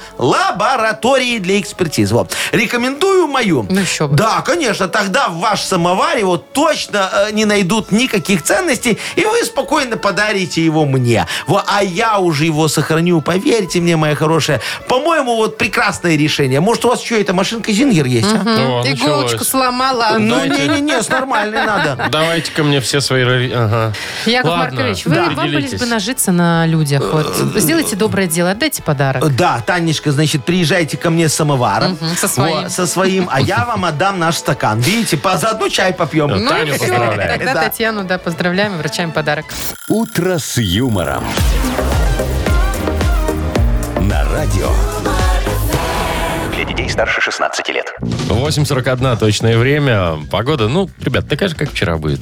лаборатории для экспертиз. Вот. Рекомендую мою.
Ну, еще бы.
Да, конечно, тогда в ваш самовар его точно э, не найдут никаких ценностей, и вы спокойно подарите его мне. Во, а я уже его сохраню, поверьте мне, моя хорошая. По-моему, вот прекрасное решение. Может, у вас что, эта машинка Зингер есть, а?
О,
Иголочку
началось.
сломала.
Ну,
Давайте.
не-не-не, с нормальной надо.
Давайте ко мне все свои... ро- Ага.
Яков
Ладно,
Маркович, вы,
да. Э,
вам были
Делитесь.
бы нажиться на людях. Вот. Сделайте доброе дело, отдайте подарок.
Да, Танечка, значит, приезжайте ко мне с самоваром.
Мгм, со своим.
Во, со своим, а я вам отдам наш стакан. Видите, по заодно чай попьем.
Таню
Ну и всё.
поздравляем.
Тогда
Да.
Татьяну, да, поздравляем и вручаем подарок.
«Утро с юмором». На радио.
Для детей старше 16 лет.
8.41 точное время. Погода, ну, ребят, такая же, как вчера будет.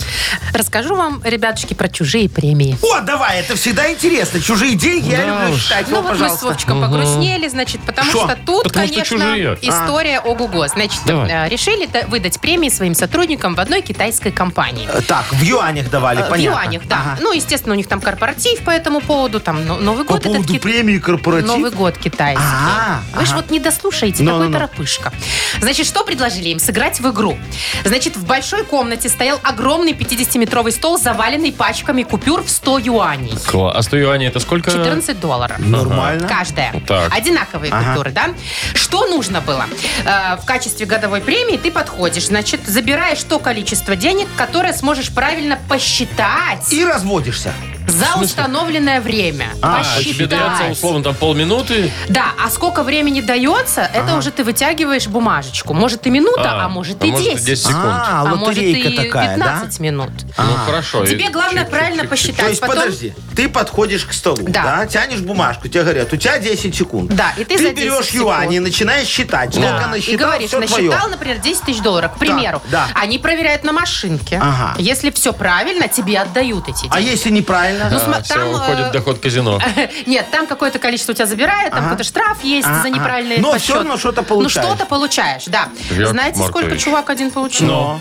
Расскажу вам, ребятушки, про чужие премии.
О, давай, это всегда интересно. Чужие деньги я люблю считать.
Ну
Во,
вот мы с
пожалуйста.
Вовчиком погрустнели, значит, потому
Шо?
что тут,
Потому что
конечно,
А.
чужие.
история ого-го. Значит,
Давай.
э, решили да- выдать премии своим сотрудникам в одной китайской компании.
Э, Так, в юанях давали,
Э, В
понятно.
юанях, да.
Ага.
Ну, естественно, у них там корпоратив по этому поводу, там но- Новый
По
год. этот
поводу
кит-
премии корпоратив.
Новый год китайский.
А,
Вы же
ага.
вот не дослушаете,
Ну,
какой
ну, ну.
торопышка. Значит, что предложили им? Сыграть в игру. Значит, в большой комнате стоял огромный 50-метровый стол, заваленный пачками купюр в 100 юаней.
Кла- А 100 юаней это сколько?
14 долларов.
Нормально.
Каждая.
Так.
Одинаковые купюры, да? Что нужно было? Э, в качестве годовой премии ты подходишь, значит, забираешь то количество денег, которое сможешь правильно посчитать
И разводишься.
за установленное время.
А, тебе дается,
посчитать.
условно, там полминуты.
Да, а сколько времени дается, это уже ты вытягиваешь бумажечку. Может и минута, а, может и 10.
10 секунд.
А,
А может и
лотерейка такая, да?
15 минут.
Ну, хорошо.
А. Тебе
И-
главное
чик-
правильно
чик- чик- чик.
посчитать.
То есть,
Потом-
подожди, ты подходишь к столу,
Да.
да. тянешь бумажку, тебе говорят, у тебя 10 секунд.
Да, и ты за 10
берешь
секунд.
юани, начинаешь считать. Сколько
Да,
насчитал,
А,
А
и говоришь,
все
насчитал,
твое.
например, 10 тысяч долларов, к примеру.
да.
Они проверяют на машинке.
Ага.
Если все правильно, тебе отдают эти деньги.
А если неправильно?
Ну, см-
А, всё,
там, э,
уходит доход казино.
Нет, там какое-то количество у тебя забирает, там какой-то штраф есть за
Ага, ага.
неправильные
Но
подсчеты.
всё равно что-то
Ну
получаешь.
что-то получаешь, да.
Яков
Знаете, сколько
Маркович.
чувак один получил?
Но.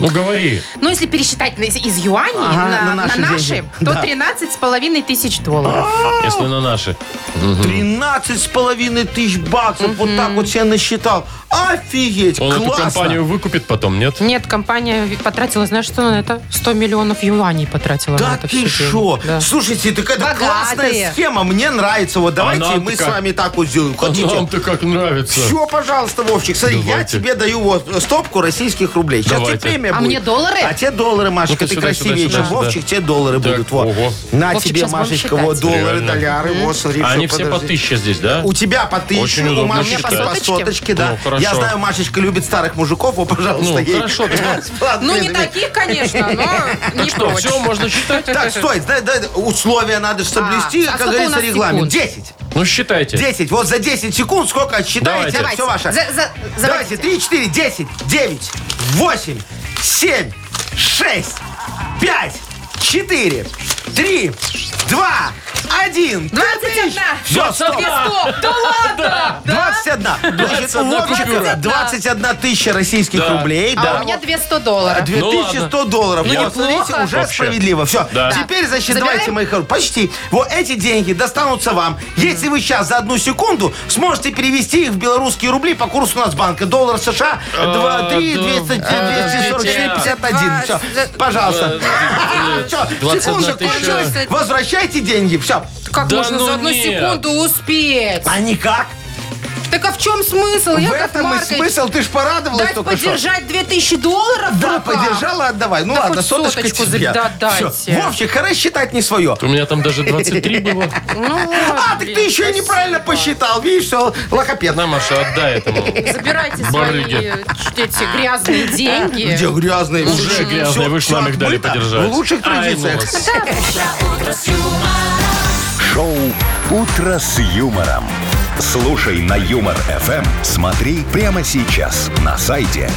Ну, говори.
Ну, если пересчитать на- из, из юаней
Ага,
на,
на
на наши,
наши деньги.
то
Да. А?
13 с половиной тысяч долларов.
Если на наши.
13 с половиной тысяч баксов вот так вот себе насчитал. Офигеть,
Он эту
классно.
компанию выкупит потом, нет?
Нет, компания потратила, знаешь, что на это? 100 миллионов юаней потратила на
Да
это
ты
все
шо?
деньги. Да.
Слушайте, так это
Богатые.
классная схема, мне нравится. Вот давайте
нам-то
мы с
как?
вами так вот сделаем. Хотите?
А Нам-то как нравится.
Все, пожалуйста, Вовчик, смотри, я
Давайте.
тебе даю вот стопку российских рублей. Сейчас
Давайте.
тебе премия
А
будет.
мне доллары?
А тебе доллары, Машечка,
Ну-ка
ты
сюда,
красивее,
сюда,
чем
сюда,
Вовчик,
сюда.
тебе доллары
Так,
будут. Вот.
ого.
На
Вовчик,
тебе,
сейчас будем
Машечка,
считать.
вот доллары,
Реально.
доляры, вот, смотри.
Они
всё,
все по
подожди.
тысяче здесь, да?
У тебя по тысяче,
Очень удобно
у Машечки
считать.
по соточке, да.
Ну, хорошо.
Я знаю, Машечка любит старых мужиков, вот, пожалуйста,
Ну,
ей.
хорошо, да.
Ладно,
Ну, не
блин, блин.
таких, конечно, но не
Ну,
Что,
прочь.
все, можно считать?
Так, стой, дай- дай- условия надо же соблюсти,
А, а
как
сколько у
говорится,
нас
регламент.
секунд?
10.
Ну, считайте.
10. Вот за 10 секунд сколько
Давайте.
отсчитаете, это все ваше.
За- за- забросьте.
Давайте, 3, 4, 10, 9, 8, 7, 6, 5, 4, 3, 2, 1.
21!
Все, стоп.
Нет, стоп! Да ладно!
21. Значит, у
21 купюра.
Вовчика 21 тысяча российских
Да.
рублей.
А
да.
у меня 200 долларов.
2100
Ну ладно.
долларов.
Ну,
вот,
неплохо.
смотрите, уже
Вообще.
справедливо. Все.
Да.
Теперь, значит,
Забираем?
давайте, мои хорошие, почти. Вот эти деньги достанутся вам. Если вы сейчас за одну секунду сможете перевести их в белорусские рубли по курсу Нацбанка. Доллар США
А,
2, 3,
да.
200,
А,
244,
да. Э,
51. Все, пожалуйста. Все,
21
секунда
тысяча.
кончилась. Возвращайте деньги. Все.
Как
Да
можно
ну
за одну
нет.
секунду успеть?
А никак.
Так а в чем смысл?
В
Яков
этом и
Маркович,
смысл. Ты ж порадовалась
Дать
только что.
подержать 2000 долларов в
Да,
руках?
подержала, отдавай. Ну
Да
ладно,
хоть
соточка
соточку за-
тебе.
да, дайте.
Всё. Вовчик, хорошо считать не свое.
У меня там даже 23 было.
Ну,
А, так
блин,
ты еще и неправильно посчитал. Видишь, все, лохопед.
На, Маша, отдай этому.
Забирайте свои
Барыги.
э, эти грязные деньги.
Где грязные?
Уже
Уже
грязные,
всё-
вы ж
всё
нам а их дали
отмыто.
подержать.
В лучших
Ай, ну
традициях.
вас.
Шоу «Утро с юмором». Слушай на Юмор ФМ. Смотри прямо сейчас на сайте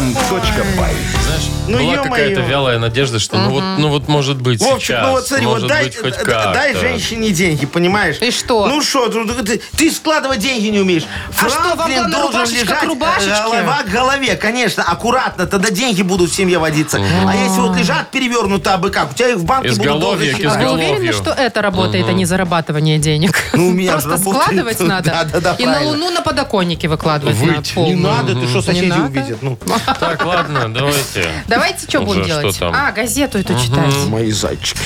humorfm.by.
Знаешь,
Ну,
была
ё-моё.
какая-то вялая надежда, что ну вот, ну вот может быть
Вовчик,
сейчас.
ну вот смотри,
может
вот дай,
быть, хоть
д-
как-то.
дай женщине деньги, понимаешь?
И что?
Ну что, ты, ты складывать деньги не умеешь.
А что, вам
Франклин
главное,
должен
рубашечка к
лежать э,
рубашечке?
голова к голове, конечно, аккуратно, тогда деньги будут в семье водиться. А если вот лежат перевернуто абы как, у тебя их в банке будут долго
Изголовье к
считать.
Вы
изголовью.
уверены, что это работает, а не зарабатывание денег?
Ну, у меня
Просто
работает.
складывать надо.
Да-да-да,
и на
правильно.
луну на подоконнике выкладывать надо
Выть.
Не
полную.
надо, ты что, соседи
надо?
увидят? Ну,
Так, ладно, давайте.
Давайте что
Уже
будем
что
делать?
там?
А, газету эту читать.
мои зайчики.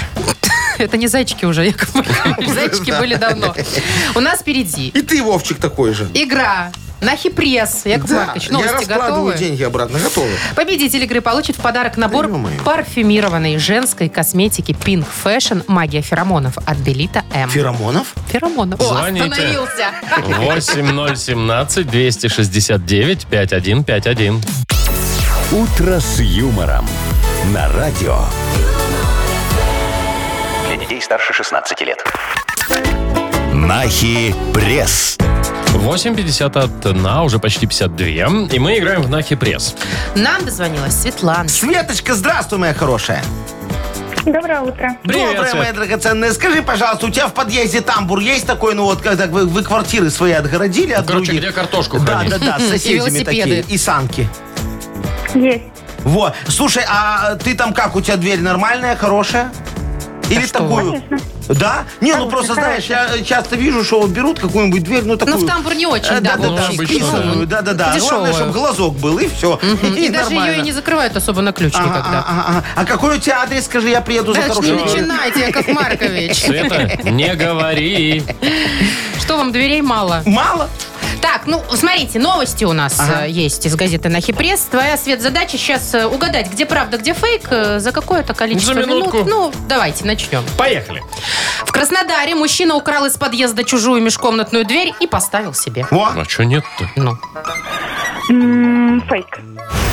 Это не зайчики уже, Яков Маркович. Зайчики были давно. У нас впереди
И ты, Вовчик, такой же.
игра на хипресс. Яков
Да,
Маркович,
я
новости
раскладываю
готовы?
деньги обратно, готовы.
Победитель игры получит в подарок набор
ё-моё.
парфюмированной женской косметики Pink Fashion «Магия феромонов» от Делита М.
Феромонов?
Феромонов. О,
Звоните.
остановился.
8017 269 5151.
Утро с юмором. На радио.
Для детей старше 16 лет.
Нахи пресс.
8.51, уже почти 52. И мы играем в Нахи Пресс.
Нам дозвонилась Светлана.
Светочка, здравствуй, моя хорошая.
Доброе утро.
Привет,
Доброе,
Свет.
моя драгоценная. Скажи, пожалуйста, у тебя в подъезде тамбур есть такой, ну вот, когда вы, вы квартиры свои отгородили от
Короче,
других?
где картошку
Да,
хранить?
да, да, с
И
соседями
велосипеды.
такие. И санки.
Есть.
Во, слушай, а ты там как? У тебя дверь нормальная, хорошая?
А
Или
что
такую? Да? Не, ну
Конечно,
просто
хорошая.
знаешь, я э, часто вижу, что вот берут какую-нибудь дверь, ну такую.
Ну, в тамбур не очень,
Э,
да,
Ну,
Вовчик,
обычно,
рисуют.
рисую, да, да, да. Главное,
Дешевую.
чтобы глазок был, и все.
Мгм. И даже ее и не закрывают особо на ключ
Ага,
никогда.
ага, ага. А какой у тебя адрес, скажи, я приеду за
Да уж не
хорошим.
начинайте, Яков Маркович.
Света, не говори.
Что вам, дверей мало?
Мало?
Так, ну, смотрите, новости у нас
Ага.
э, есть из газеты «Нахи Пресс». Твоя, Свет, задача сейчас э, угадать, где правда, где фейк, э, за какое-то количество
За
минут.
минутку.
Ну, давайте, начнем.
Поехали.
В Краснодаре мужчина украл из подъезда чужую межкомнатную дверь и поставил себе.
Во.
А что нет-то?
Ну.
М, Фейк.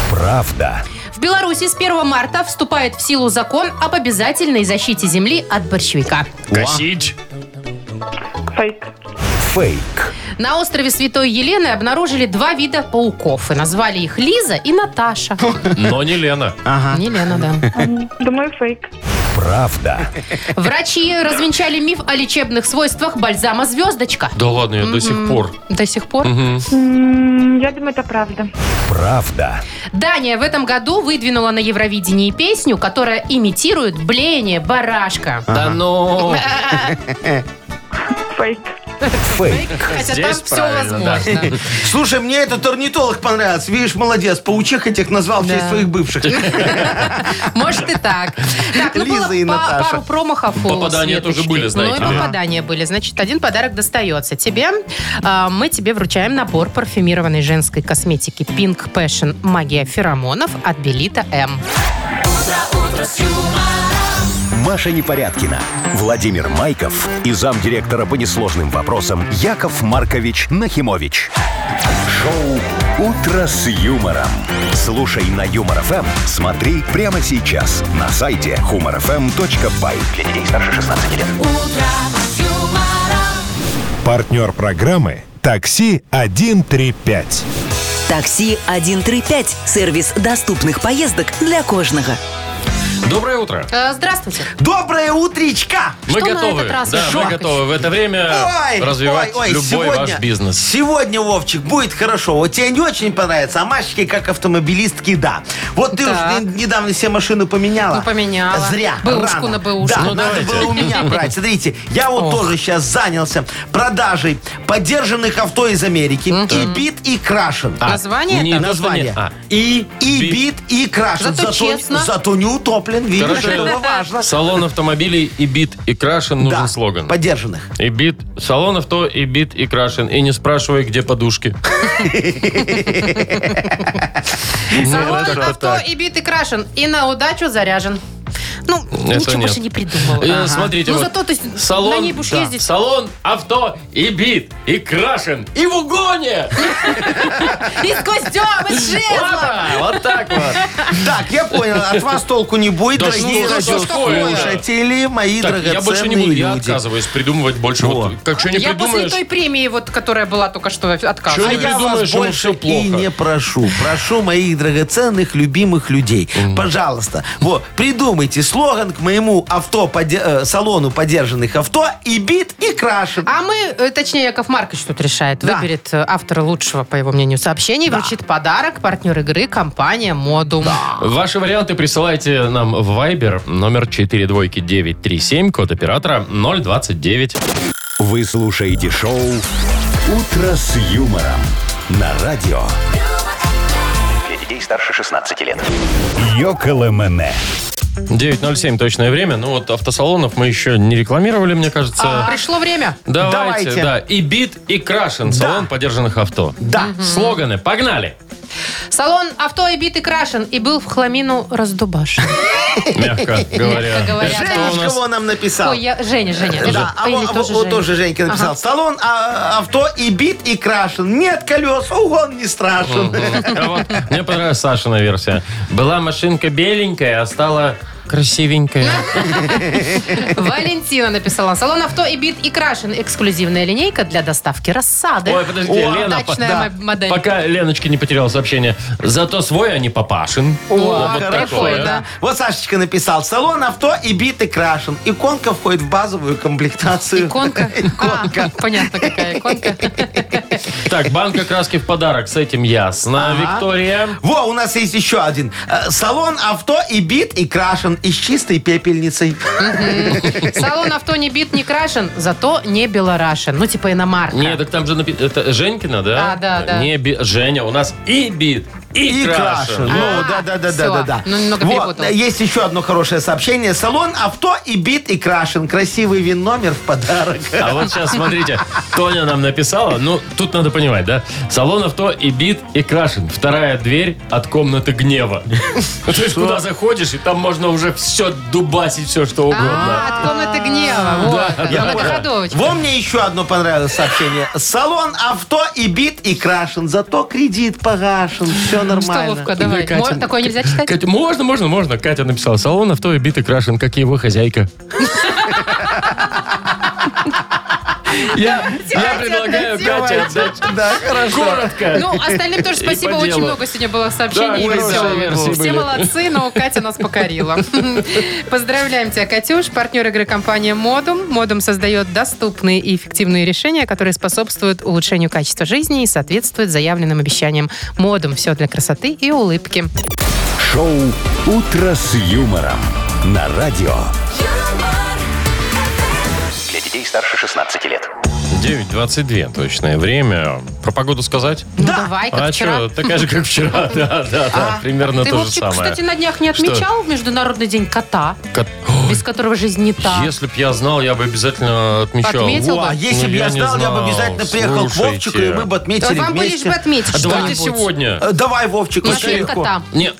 Правда.
В Беларуси с 1 марта вступает в силу закон об обязательной защите земли от борщевика.
Косить.
Фейк.
Фейк.
На острове Святой Елены обнаружили два вида пауков и назвали их Лиза и Наташа.
Но не Лена.
А.
Не Лена, да.
М, Думаю, фейк.
Правда.
Врачи развенчали миф о лечебных свойствах бальзама «Звездочка».
Да ладно, я до сих пор.
До сих пор.
М, Я думаю, это правда.
Правда.
Дания в этом году выдвинула на Евровидении песню, которая имитирует блеяние барашка.
Да ну.
Фейк.
Фейк.
Хотя там
здесь
все
правильно, да.
возможно.
Слушай, мне этот орнитолог понравился. Видишь, молодец. Паучих этих назвал в честь
Да.
своих бывших.
Может и так. Так, ну
Лиза
было
и
па-
Наташа.
пару промахов. у
Попадания
Светочки.
тоже были, знаете
Ну и
ли.
попадания были. Значит, один подарок достается тебе. А, Мы тебе вручаем набор парфюмированной женской косметики Pink Passion Магия феромонов от Белита М.
Маша Непорядкина, Владимир Майков и замдиректора по несложным вопросам Яков Маркович Нахимович. Шоу «Утро с юмором». Слушай на Юмор ФМ, смотри прямо сейчас на сайте humorfm.by.
Для детей старше 16 лет.
Партнер программы «Такси 135».
Такси 135. Сервис доступных поездок для кожного.
Доброе утро.
Э, Здравствуйте.
Доброе утречка!
Мы
Что на
готовы.
этот раз,
Да,
Яков
мы
Маркович?
готовы в это время
Ой,
развивать
ой, ой,
любой ваш
сегодня-
бизнес.
Сегодня, Вовчик, будет хорошо. Вот тебе не очень понравится, а Машечке, как автомобилистке, да. Вот ты
Так.
уж не- недавно все машины поменяла.
Ну, поменяла.
Зря.
Бэушку
рано.
на бэушку.
Да,
Ну,
надо
давайте.
было у меня брать. Смотрите, я вот тоже сейчас занялся продажей поддержанных авто из Америки. И бит, и крашен.
Название
А, не
там?
то, что не-
Название.
а.
И, и бит, и крашен.
Зато честно.
Зато не утоплен, видишь,
Короче,
это было важно.
а. Салон автомобилей и бит, и крашен нужен
Да,
слоган.
Поддержанных.
И бит, салон авто, и бит, и крашен. И не спрашивай, где подушки. Ну,
Салон
как-то
авто
так.
и бит и крашен. И на удачу заряжен. Ну,
Это
ничего
нет.
больше не придумала.
Э,
Ага.
Смотрите,
ну
вот
зато ты с-
салон,
на ней будешь
да,
ездить.
салон, авто и бит, и крашен, и в угоне.
И с гвоздем, и с жезлом.
Опа! Вот так вот.
Так, я понял, от вас толку не будет,
Да
дорогие
что ж такое?
радиослушатели, мои
Так,
драгоценные
я больше не буду,
люди.
я отказываюсь придумывать больше.
Во.
Вот, как что не
Я после
придумаешь,
той премии, вот, которая была только что,
Чё
отказываю.
А
не
я
придумаешь,
вас
ему
больше
всё плохо.
и не прошу. Прошу моих драгоценных, любимых людей. Пожалуйста, вот, придумайте слоган к моему авто, поде- э, салону подержанных авто и бит, и крашен.
А мы, э, точнее, Яков Маркович тут решает.
Да.
Выберет э, автора лучшего, по его мнению, сообщения и вручит подарок. Партнер игры – компания «Модум».
Ваши варианты присылайте нам в Viber номер 42937, код оператора 029.
Вы слушаете шоу «Утро с юмором» на радио
Для детей старше 16 лет.
Йоколэмэне.
9.07 точное время. Ну вот автосалонов мы еще не рекламировали, мне кажется.
А, Пришло время.
Давайте,
давайте.
да. И бит, и крашен. Салон подержанных авто.
Да.
Слоганы. Погнали.
Салон авто и битый крашен и был в хламину раздубашен.
Мягко говоря.
говоря,
Это
да.
кто у
Женечка
нас?
вон нам написал.
Ой, я- Женя, Женя. это-
Да, а
или
вон- а
тоже
вот
Женя.
тоже Женька написал. Салон, а, авто и бит, и крашен. Нет колес, угон не страшен.
А вот Мне понравилась Сашина версия. Была машинка беленькая, а стала красивенькая.
Валентина написала. Салон авто и бит и крашен. Эксклюзивная линейка для доставки рассады.
Ой, подожди, Лена, по-
Удачная
да.
мо- модель.
Пока Леночка не потеряла сообщение. Зато свой, а не папашин.
О, а,
вот
хорошо,
такое.
да. Вот Сашечка написал. Салон авто и бит, и крашен. Иконка входит в базовую комплектацию.
Иконка. А, понятно, какая иконка.
Так, банка краски в подарок, с этим ясно. Виктория.
Во, у нас есть еще один. Э, Салон авто и бит, и крашен. И с чистой пепельницей.
Салон авто не бит, не крашен, зато не белорашен. Ну, типа иномарка.
Нет, так там же написано... Это Женькина, да?
Да, да, да.
Не би- Женя, у нас и бит, и,
И
крашен.
крашен. Ну,
А,
да, да, да,
всё.
да, да, да.
Ну, немного
вот,
перепутал.
э, есть еще одно хорошее сообщение. Салон авто и бит, и крашен. Красивый вин номер в подарок.
А вот сейчас, смотрите, Тоня нам написала, ну, тут надо понимать, да? Салон авто и бит, и крашен. Вторая дверь от комнаты гнева. Ну, То есть, куда заходишь, и там можно уже все дубасить, все что
А,
угодно.
от комнаты гнева. Вот,
я
она
понял.
доходовочка.
Во мне еще одно понравилось сообщение. Салон авто и бит, и крашен. Зато кредит погашен. Все
Что,
нормально.
Вовка, давай.
Ну, Катя-
Мо- Такое нельзя читать?
Катя, можно, можно, можно. Катя написала, салон авто и бит, и крашен, как и его хозяйка. Я, я предлагаю Кате отдать
Да, хорошо.
коротко.
Ну, остальным тоже
И
спасибо.
по
Очень
делу.
много сегодня было сообщений.
Да,
и
хорошие
веселых.
версии
Все
были.
молодцы, но Катя нас покорила. Поздравляем тебя, Катюш. Партнер игры компания «Модум». «Модум» создает доступные и эффективные решения, которые способствуют улучшению качества жизни и соответствуют заявленным обещаниям. «Модум» – все для красоты и улыбки.
Шоу «Утро с юмором» на радио.
Для детей старше 16 лет.
9.22 точное время. Про погоду сказать?
Ну, давай, как
а
вчера. А,
что, такая же, как вчера. Да, да, да. Примерно
Ты,
то же
Вовчик,
самое.
кстати, на днях не
Что?
отмечал Международный день кота,
Кот-
без которого жизнь не та.
Если б я знал, я бы обязательно отмечал.
Отметил бы.
О, а если
Ну,
бы я,
я не
знал, я бы
знал.
обязательно приехал к Вовчику,
Слушайте.
и мы бы
Да
отметили
Вам бы лишь
вместе.
бы отметить
А давайте
что-нибудь.
сегодня.
Э, Давай, Вовчик,
Не
очень
только
легко.
там.
Не,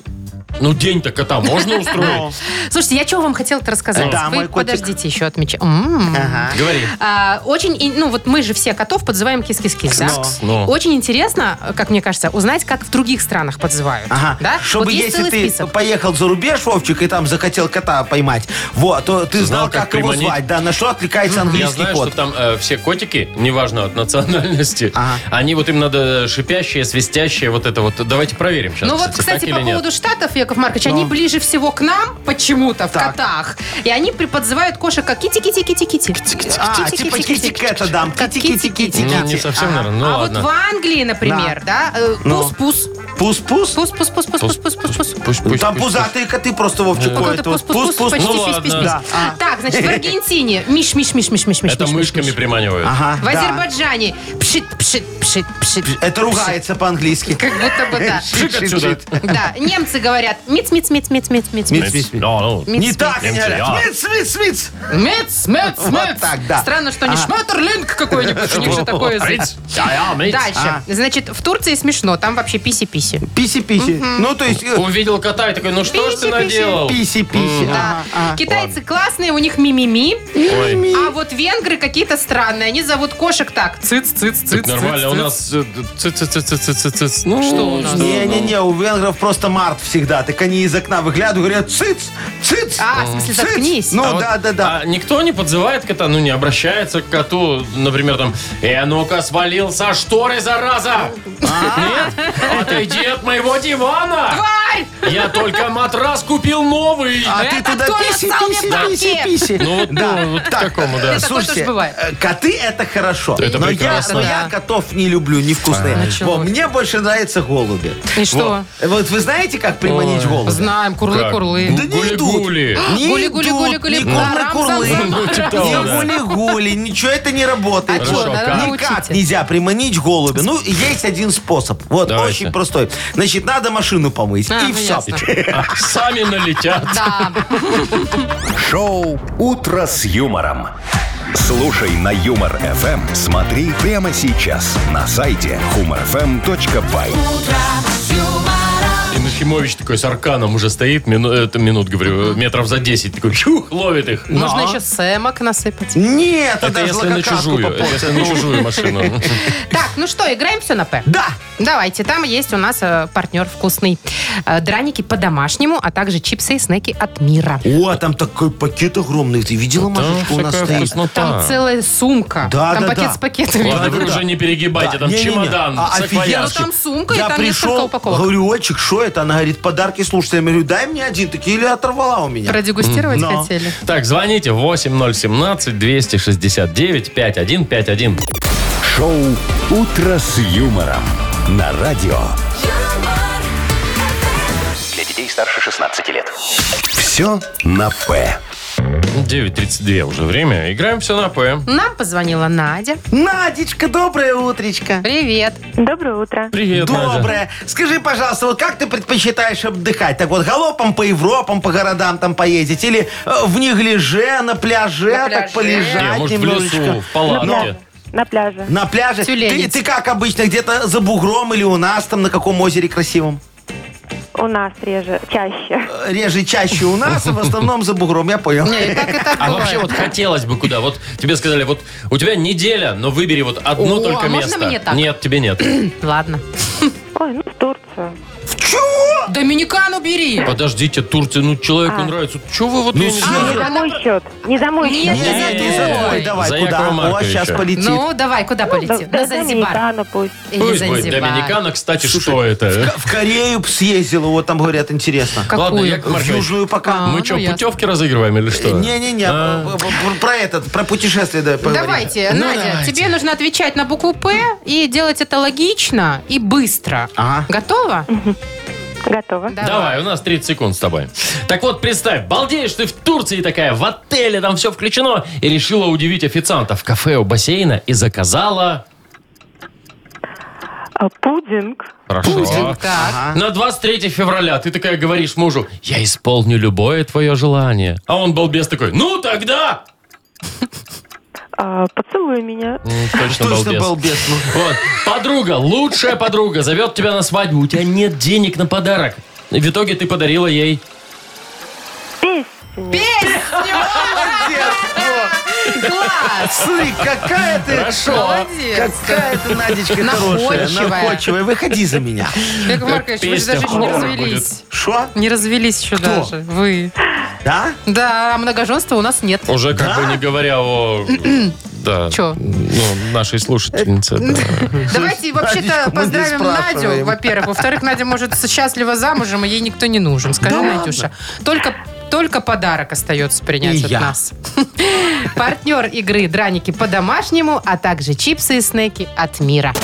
ну день-то кота можно устроить?
Слушайте, я чего вам хотела-то рассказать?
Да,
Вы
мой котик.
подождите, М-м. еще отмечаю. М.
Говори.
А, очень, и- ну вот мы же все котов подзываем кис-кис-кис, да?
ну.
Но.
Очень интересно, как мне кажется, узнать, как в других странах подзывают.
Ага.
Да?
Чтобы
вот есть
если
целый
ты
список.
поехал за рубеж, Вовчик, и там захотел кота поймать, вот, то ты знал,
Знал, как
как, его
приманить.
звать, да, на что отвлекается
Я
английский
знаю,
кот.
что там э, все котики, неважно от национальности,
Ага.
они вот им надо шипящие, свистящие, вот это вот. Давайте проверим сейчас.
Ну вот,
так
кстати,
или
по
нет.
поводу штатов, Яков Маркович, они ближе всего к нам почему-то в
Ну. Так.
котах. И они при- подзывают кошек как кити-кити-кити-кити.
А, типа китикета дам,
Как
Ну, не
кити-кити-кити.
совсем, наверное, ну
А вот
ладно.
в Англии, например, да, э,
Ну.
пус-пус.
Пус-пус?
Пус-пус-пус-пус-пус-пус.
Пусть- пусть-
Там
пусть-
пузатые коты просто, Вовчик,
Какой-то
ходят, вот
пус-пус-пус,
Пус-пус.
почти
Ну
пись-пись-пись.
ладно.
Да. А.
Так, значит, в Аргентине миш, миш, миш, миш, миш, миш.
Это
миш, миш,
мышками
миш.
приманивают.
Ага,
В
да.
Азербайджане пшит, пшит, пшит, пшит.
Это ругается по-английски.
Как будто бы да.
Шик отсюда.
Да, немцы говорят говорят миц, миц, миц, миц, мц миц, миц.
Миц, миц, миц.
Да, ну,
Миц,
Не
миц.
так, не
Миц,
говорят.
а.
Миц, миц, миц.
Мец, мец,
Вот
мец.
так, да.
Странно, что не шматтерлинг какой-нибудь. У них же такое
Миц. Да, миц.
Дальше. Значит, в Турции смешно. Там вообще писи-писи.
Писи-писи. Ну, то есть... э,
Увидел кота и такой, ну что ж ты
Писи-писи.
наделал?
Писи-писи.
Да.
Ага, ага.
Китайцы классные, у них мимими.
Ой.
А вот венгры какие-то странные. Они зовут кошек так. Цыц, цыц, цыц,
Так нормально,
цыц,
у
цыц.
нас... э, ц- ц- ц- ц- ц- ц- ц- Ну, что у нас?
Не-не-не, у венгров просто март всегда. Так они из окна выглядывают, говорят, цыц, цыц,
А, в смысле,
цыц».
заткнись.
А
Ну,
вот,
да-да-да.
а никто не подзывает кота, ну, не обращается к коту, например, там, «Э, ну-ка, свалил со шторы, зараза! Нет? Отойди от моего дивана!
Тварь!
Я только матрас купил новый!»
А ты
Это
туда
кто
писи,
достал мне
писи,
пакет?
писи, писи.
Ну, вот,
Да,
ну, вот к
так.
такому, да.
Это такое
Слушайте,
тоже бывает.
э, коты это хорошо.
Это
но я,
прекрасно. А,
но я
Да.
котов не люблю, невкусные.
Началось.
Во, мне больше нравятся голуби.
И что?
Вот, Вот вы знаете, как приманить голубя?
Знаем,
Как?
курлы-курлы.
Да не идут.
Гули-гули.
Ну, Не
Гули-гули,
идут,
гули-гули,
ни
барам,
курлы-курлы,
зам,
Ну, типа того,
ни
да.
гули-гули, ничего это не работает.
А чё,
Хорошо,
надо
как?
Никак
научиться.
нельзя приманить голубя. Ну, есть один способ. Вот,
Давайте.
очень простой. Значит, надо машину помыть.
А,
и
ну,
все.
ясно.
А, Сами налетят.
Да.
Шоу «Утро с юмором». Слушай на Юмор ФМ. Смотри прямо сейчас на сайте humorfm.by.
И Нахимович такой с арканом уже стоит, мину- это минут, говорю, метров за 10. Такой, чух, ловит их. А?
Нужно еще сэмок насыпать.
Нет,
Это
даже
если на
лакокатку
чужую, это
попортил.
если на чужую машину.
Так, ну что, играем все на П?
Да.
Давайте, там есть у нас э, партнер вкусный. Э, драники по-домашнему, а также чипсы и снеки от мира.
О, там такой пакет огромный. Ты видела, Машечка, у нас
всякая
стоит?
Ну
вкуснота.
Там целая сумка.
Да,
там
да,
пакет
да.
с пакетами.
Ладно,
Да,
вы
да,
уже
да.
не перегибайте,
Да,
там
не-не-не.
чемодан,
А,
саквояж.
Ну, там сумка, и
я
там несколько
пришел,
упаковок.
говорю, отчик, что это? Она говорит, подарки слушателям. Я говорю, дай мне один, такие или оторвала у меня.
Продегустировать
Но.
хотели.
Так, звоните 8017-269-5151.
Шоу «Утро с юмором» на радио.
Для детей старше 16 лет.
Все на «П».
9.32 уже время. Играем все на П.
Нам позвонила Надя.
Надечка, доброе утречко.
Привет.
Доброе утро.
Привет, Надя.
Доброе. Скажи, пожалуйста, вот как ты предпочитаешь отдыхать? Так вот, галопом по Европам, по городам там поездить? Или э, в неглиже, на пляже, а
На
так
пляже.
полежать
Не, может, в
немножечко? Ну,
лесу, в
На,
палатке.
на пляже.
На пляже? Ты,
Тюленец.
ты как обычно, где-то за бугром или у нас там на каком озере красивом?
У нас реже, чаще.
Э, Реже чаще у нас, а в основном за бугром, я понял.
Не, и так и так
А
бывает.
вообще вот хотелось бы куда? Вот тебе сказали, вот у тебя неделя, но выбери вот одно
О,
только
а можно
место.
мне так?
Нет, тебе нет.
Ладно.
Ой, ну в Турцию.
Доминикану бери.
Подождите, Турция, ну человеку нравится. Чего вы вот, я не
Не
знаю.
за мой счет. Не за мой
Нет,
счет.
не
Не,
за
не за
твой.
твой, давай,
За
куда?
Якова
О,
Марковича.
сейчас полетит.
Ну, давай, куда полетим? На
да,
Занзибар.
Доминикана пусть.
Или
Пусть будет
Занзибар.
Доминикана, кстати,
Слушай,
что это? э?
В Корею б съездила, вот там говорят, интересно.
Ладно,
Какую?
Яков
В
Маркович,
Южную пока. Э,
А,
мы
ну
что,
ясно.
путевки разыгрываем или что?
Не-не-не,
А.
б- б- б- про этот, про путешествие давай поговорим.
Давайте,
Ну,
Надя,
давайте.
тебе нужно отвечать на букву «П» и делать это логично и быстро.
А.
Ага.
Готова?
Готово.
Давай, у нас 30 секунд с тобой. Так вот, представь, балдеешь ты в Турции такая, в отеле, там все включено, и решила удивить официанта в кафе у бассейна и заказала...
А, Пудинг.
Хорошо.
Так.
На 23 февраля ты такая говоришь мужу, я исполню любое твое желание. А он балбес такой, ну тогда!
А, Поцелуй меня.
Ну, Точно
Точно
балбес.
балбес. ну.
Вот. Подруга, лучшая подруга, зовет тебя на свадьбу, у тебя нет денег на подарок. И В итоге ты подарила ей.
Песня.
Молодец, вот. Смотри, какая ты...
Молодец.
Какая ты, Надечка, хорошая.
Находчивая.
Находчивая. Выходи за меня.
Яков Маркович, вы же
Песня
даже еще не
хоррор
развелись.
Шо?
Не развелись еще
Кто?
даже. Вы.
Да?
Да, а многоженства у нас нет.
Уже как бы не говоря о... Да.
Чё?
Ну, нашей слушательнице. да.
Давайте
Надечку мы
вообще-то
не
поздравим
спрашиваем.
Надю, во-первых. Во-вторых, Надя может счастлива замужем, и ей никто не нужен. Скажи, Надюша. Только только подарок остается принять
И
от
я.
нас. Партнер игры «Драники по-домашнему», а также чипсы и снеки от мира.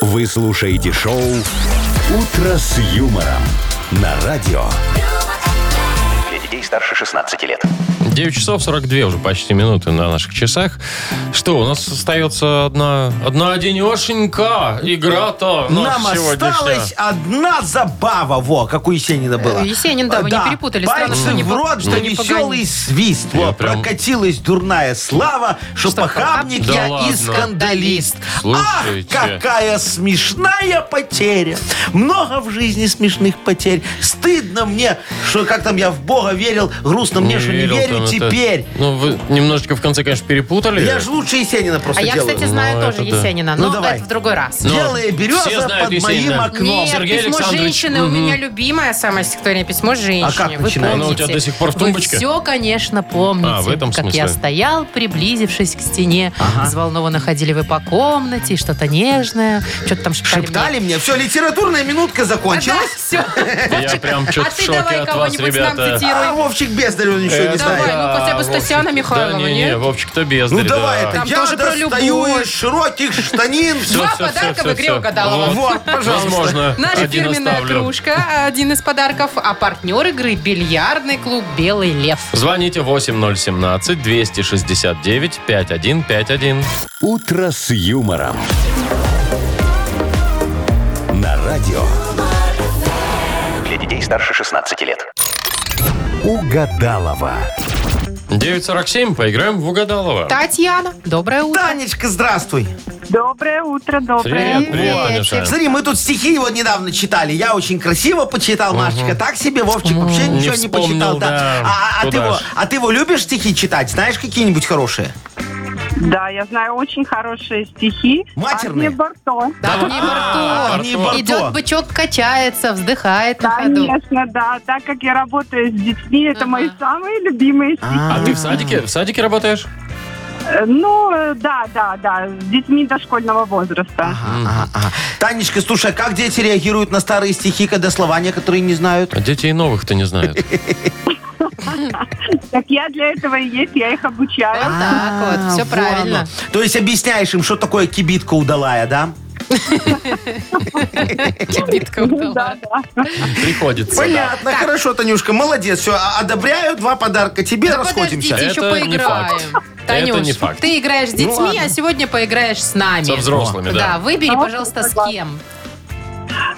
Вы слушаете шоу «Утро с юмором» на радио.
Для детей старше 16 лет.
9 часов 42 уже почти минуты на наших часах. Что, у нас остается одна, одна денешенька игра-то у нас
Нам
Ну, сегодняшняя.
осталась одна забава. Во, как у Есенина было.
Э, Есенин, да, вы не перепутали. Странно,
Пальцы
что не
в
по-
рот,
что
что
не
веселый
погони.
свист.
Я
Во,
прям-
прокатилась дурная слава, что
Что
похабник?
похабник я
Да
и
ладно.
скандалист. Ах,
Слушайте.
какая смешная потеря. Много в жизни смешных потерь. Стыдно мне, что как там я в Бога верил, грустно мне, что не
верил
верю
там это.
теперь.
Ну, вы немножечко в конце, конечно, перепутали.
Я же лучше Есенина
А
просто
я,
делаю.
кстати,
Ну,
знаю тоже
это да.
Есенина,
Ну,
но
давай.
это в другой раз.
Ну,
Белая
все
береза
знают
под
Есенина.
моим окном.
Нет,
Сергей
письмо
Александрович,
женщины у меня любимая самая стихотворение письмо женщине.
А как
Вы
начинается?
помните?
Оно Ну, у тебя до сих пор в тумбочке?
Вы все, конечно, помните.
А, в этом
как
смысле.
я стоял, приблизившись к стене. Взволнованно ходили вы по комнате, что-то нежное. Что-то там шептали,
Шептали мне. Все, литературная минутка
мне. Да,
закончилась.
все.
Я прям чё-то
а
в
ты
шоке
давай
от вас,
кого-нибудь
ребята.
нам
А
цитируй.
Вовчик Бездарев ничего
Это
не
Давай,
знает.
ну,
да,
хотя бы
Вовчик.
Стасяна Михайлова,
Да, не,
нет?
не, Вовчик-то бездарь,
Ну давай
да.
это.
Там
Я
тоже про
достаю
любовь.
из широких штанин.
Два
Всё, всё,
подарка
всё,
в игре
всё.
угадала.
Вот, пожалуйста.
Возможно,
Наша
один
фирменная
оставлю.
кружка, один из подарков, а партнер игры – бильярдный клуб «Белый лев».
Звоните 8017-269-5151.
«Утро с юмором». На радио
Для детей старше 16 лет.
«Угадалова».
947, поиграем в Угадалова.
Татьяна, доброе утро.
Танечка, здравствуй.
Доброе утро, доброе.
Привет, привет, Танюша.
Смотри, мы тут стихи вот недавно читали. Я очень красиво почитал, Машечка. Так себе, Вовчик вообще
Не
ничего не
вспомнил,
почитал.
да.
да. А- а- А ты
Куда
его-
ж.
а ты его любишь стихи читать? Знаешь какие-нибудь хорошие?
Да, я знаю очень хорошие стихи.
Матерные?
Агния Барто.
Да, мне
А,
Барто.
не Барто.
Идет бычок, качается, вздыхает на ходу.
Конечно, да. Так как я работаю с детьми, это мои самые любимые стихи.
А ты в садике? В садике работаешь?
Э, Ну, э, да, да, да. С детьми дошкольного возраста.
А, Ага, ага. Танечка, слушай, а как дети реагируют на старые стихи, когда слова некоторые не знают?
А дети и новых-то не знают.
Так я для этого и есть, я их
Вот
обучаю.
А,
так вот, все
Вон
правильно.
А, оно. То есть объясняешь им, что такое кибитка удалая, да?
Кибитка удала.
Да, да.
Приходится. да.
Понятно, хорошо, Танюшка, молодец. Все, одобряю, два подарка тебе,
Да
расходимся.
подождите, еще
Это не
поиграем.
факт.
Танюш,
Это не факт. Ну
ты играешь с детьми,
ладно.
а сегодня поиграешь с нами.
Со взрослыми,
Да,
да.
выбери,
Ну,
пожалуйста, с
согласна.
кем.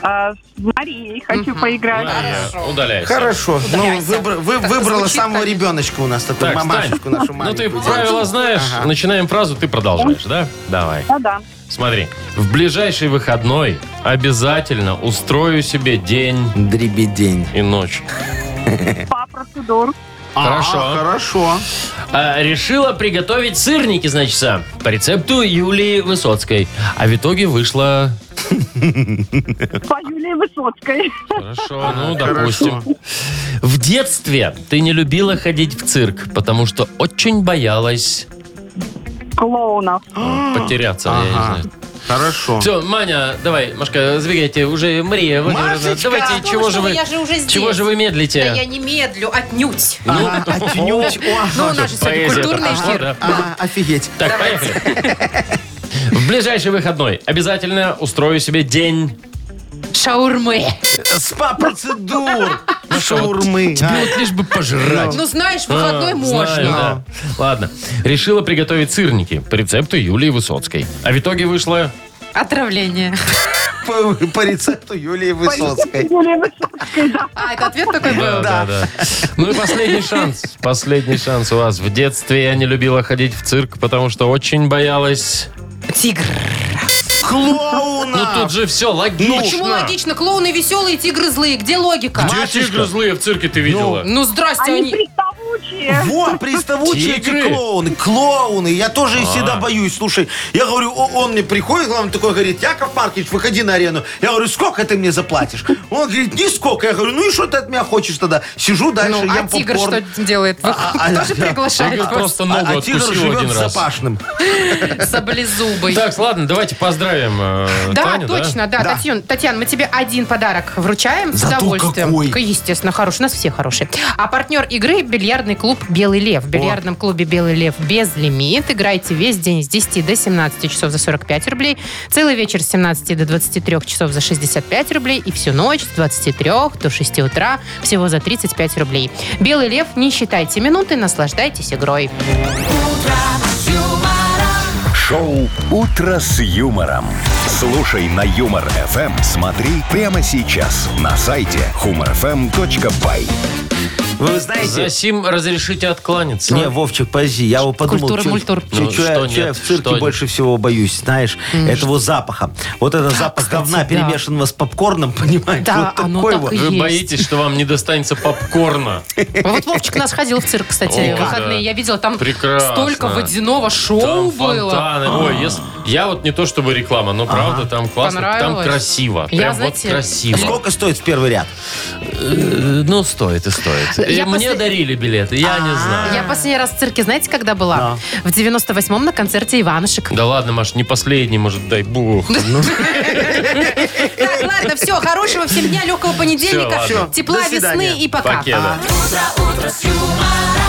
А, С Марией хочу поиграть.
Мария, Удаляйся.
Хорошо, ну,
Удаляйся.
выбра- вы-
Так
выбрала
звучит,
самого
конечно.
ребеночка у нас, такую
Так, Стань,
мамашечку
ну
нашу
ты
маленькую.
правила знаешь, начинаем фразу, ты продолжаешь, да? Давай.
Да, да.
Смотри, в ближайший выходной обязательно устрою себе день
Дребедень.
и ночь.
Папа Тудор.
Хорошо.
А, хорошо.
А, решила приготовить сырники, значит, сам, по рецепту Юлии Высоцкой. А в итоге вышло...
По Юлии Высоцкой.
Хорошо, ну, допустим. В детстве ты не любила ходить в цирк, потому что очень боялась
Клоунов.
э, потеряться, я не знаю.
Хорошо.
Все, Маня, давай, Машка, сдвигайте, уже Мария Владимировна,
Машечка!
давайте,
Ну,
чего
что
же
вы,
вы,
я же уже здесь.
чего же вы медлите?
Да я не медлю, отнюдь.
Ну,
Ага, отнюдь. О,
Ну, у нас же сегодня
поэзия-то
культурный
пошла,
эфир.
да.
а, Офигеть.
Так, поехали. В ближайший выходной обязательно устрою себе день.
Шаурмы.
Спа-процедур. Шаурмы.
Тебе Ну вот лишь бы пожрать.
Ну, знаешь,
А,
выходной
знаю,
можно.
да. Ладно. Решила приготовить сырники по рецепту Юлии Высоцкой. А в итоге вышло...
Отравление.
А, По по рецепту Юлии Высоцкой.
Юлия Высоцкой, да.
А, это ответ такой был?
да, да. Ну и последний шанс. Последний шанс у вас. В детстве я не любила ходить в цирк, потому что очень боялась...
Тигр.
Ну
Клоуна.
тут же все логично.
А. Ну Почему логично? Клоуны веселые, тигры злые. Где логика?
Где тигры злые в цирке ты видела?
Ну, здрасте,
Они
они...
приставучие.
Во, приставучие эти
Тигры.
клоуны, клоуны. Я тоже их всегда боюсь. Слушай, я говорю, о- он мне приходит, главное, такой говорит, Яков Маркович, выходи на арену. Я говорю, сколько ты мне заплатишь? Он говорит, нисколько. Я говорю, ну и что ты от меня хочешь тогда? Сижу дальше,
Ну, а
ем
тигр что
попкорн.
делает? Вы
А, а,
Тоже
да.
приглашает
Тигр
вас?
просто
А,
ногу
а тигр
откусил
живет
один
в
раз.
Запашном.
Саблезубый.
Так, ладно, давайте поздравим э,
Да,
Таню,
точно, да.
Да.
Татьяна, Татьяна, мы тебе один подарок вручаем с
Зато
удовольствием.
какой.
Естественно, хороший. У нас все хорошие. А партнер игры – бильярдный бильярдный клуб «Белый лев». В бильярдном клубе «Белый лев» без лимит. Играйте весь день с 10 до 17 часов за 45 рублей, целый вечер с 17 до 23 часов за 65 рублей и всю ночь с 23 до 6 утра всего за 35 рублей. «Белый лев», не считайте минуты, наслаждайтесь игрой.
Шоу «Утро с юмором». Слушай на Юмор ФМ. Смотри прямо сейчас на сайте humorfm.by.
Вы знаете...
За сим разрешите откланяться.
Не, Вовчик, подожди, я вот подумал,
Культура, мультур.
Ну,
чё- чё
что
я- чё я
нет,
в цирке
что
больше всего боюсь, знаешь, этого запаха. Вот этот запах
кстати,
говна,
да.
перемешанного с попкорном, понимаешь?
Да,
вот
оно
такой
так
вот.
и
Вы
Есть.
боитесь, что вам не достанется попкорна.
А Вот Вовчик нас ходил в цирк, кстати,
О,
в
да.
выходные. Я видела, там
Прекрасно.
столько водяного шоу
Там
было. А.
фонтаны. Ой, если- я вот не то чтобы реклама, но правда там классно, там
Понравилось?
красиво.
Я,
Прям вот
знаете,
красиво.
Сколько стоит в первый ряд?
Ну, стоит и стоит. И
Я
Мне
после- А.
дарили билеты, я не знаю.
Я последний раз в цирке, знаете, когда была? В 98-м на концерте Иванушек.
Да ладно, Маш, не последний, может, дай бог.
Так, ладно, все, хорошего всем дня, легкого понедельника,
Всё, ладно.
тепла
До свидания.
весны и пока.
Покеда.
Пока.
Утро, утро с юмором.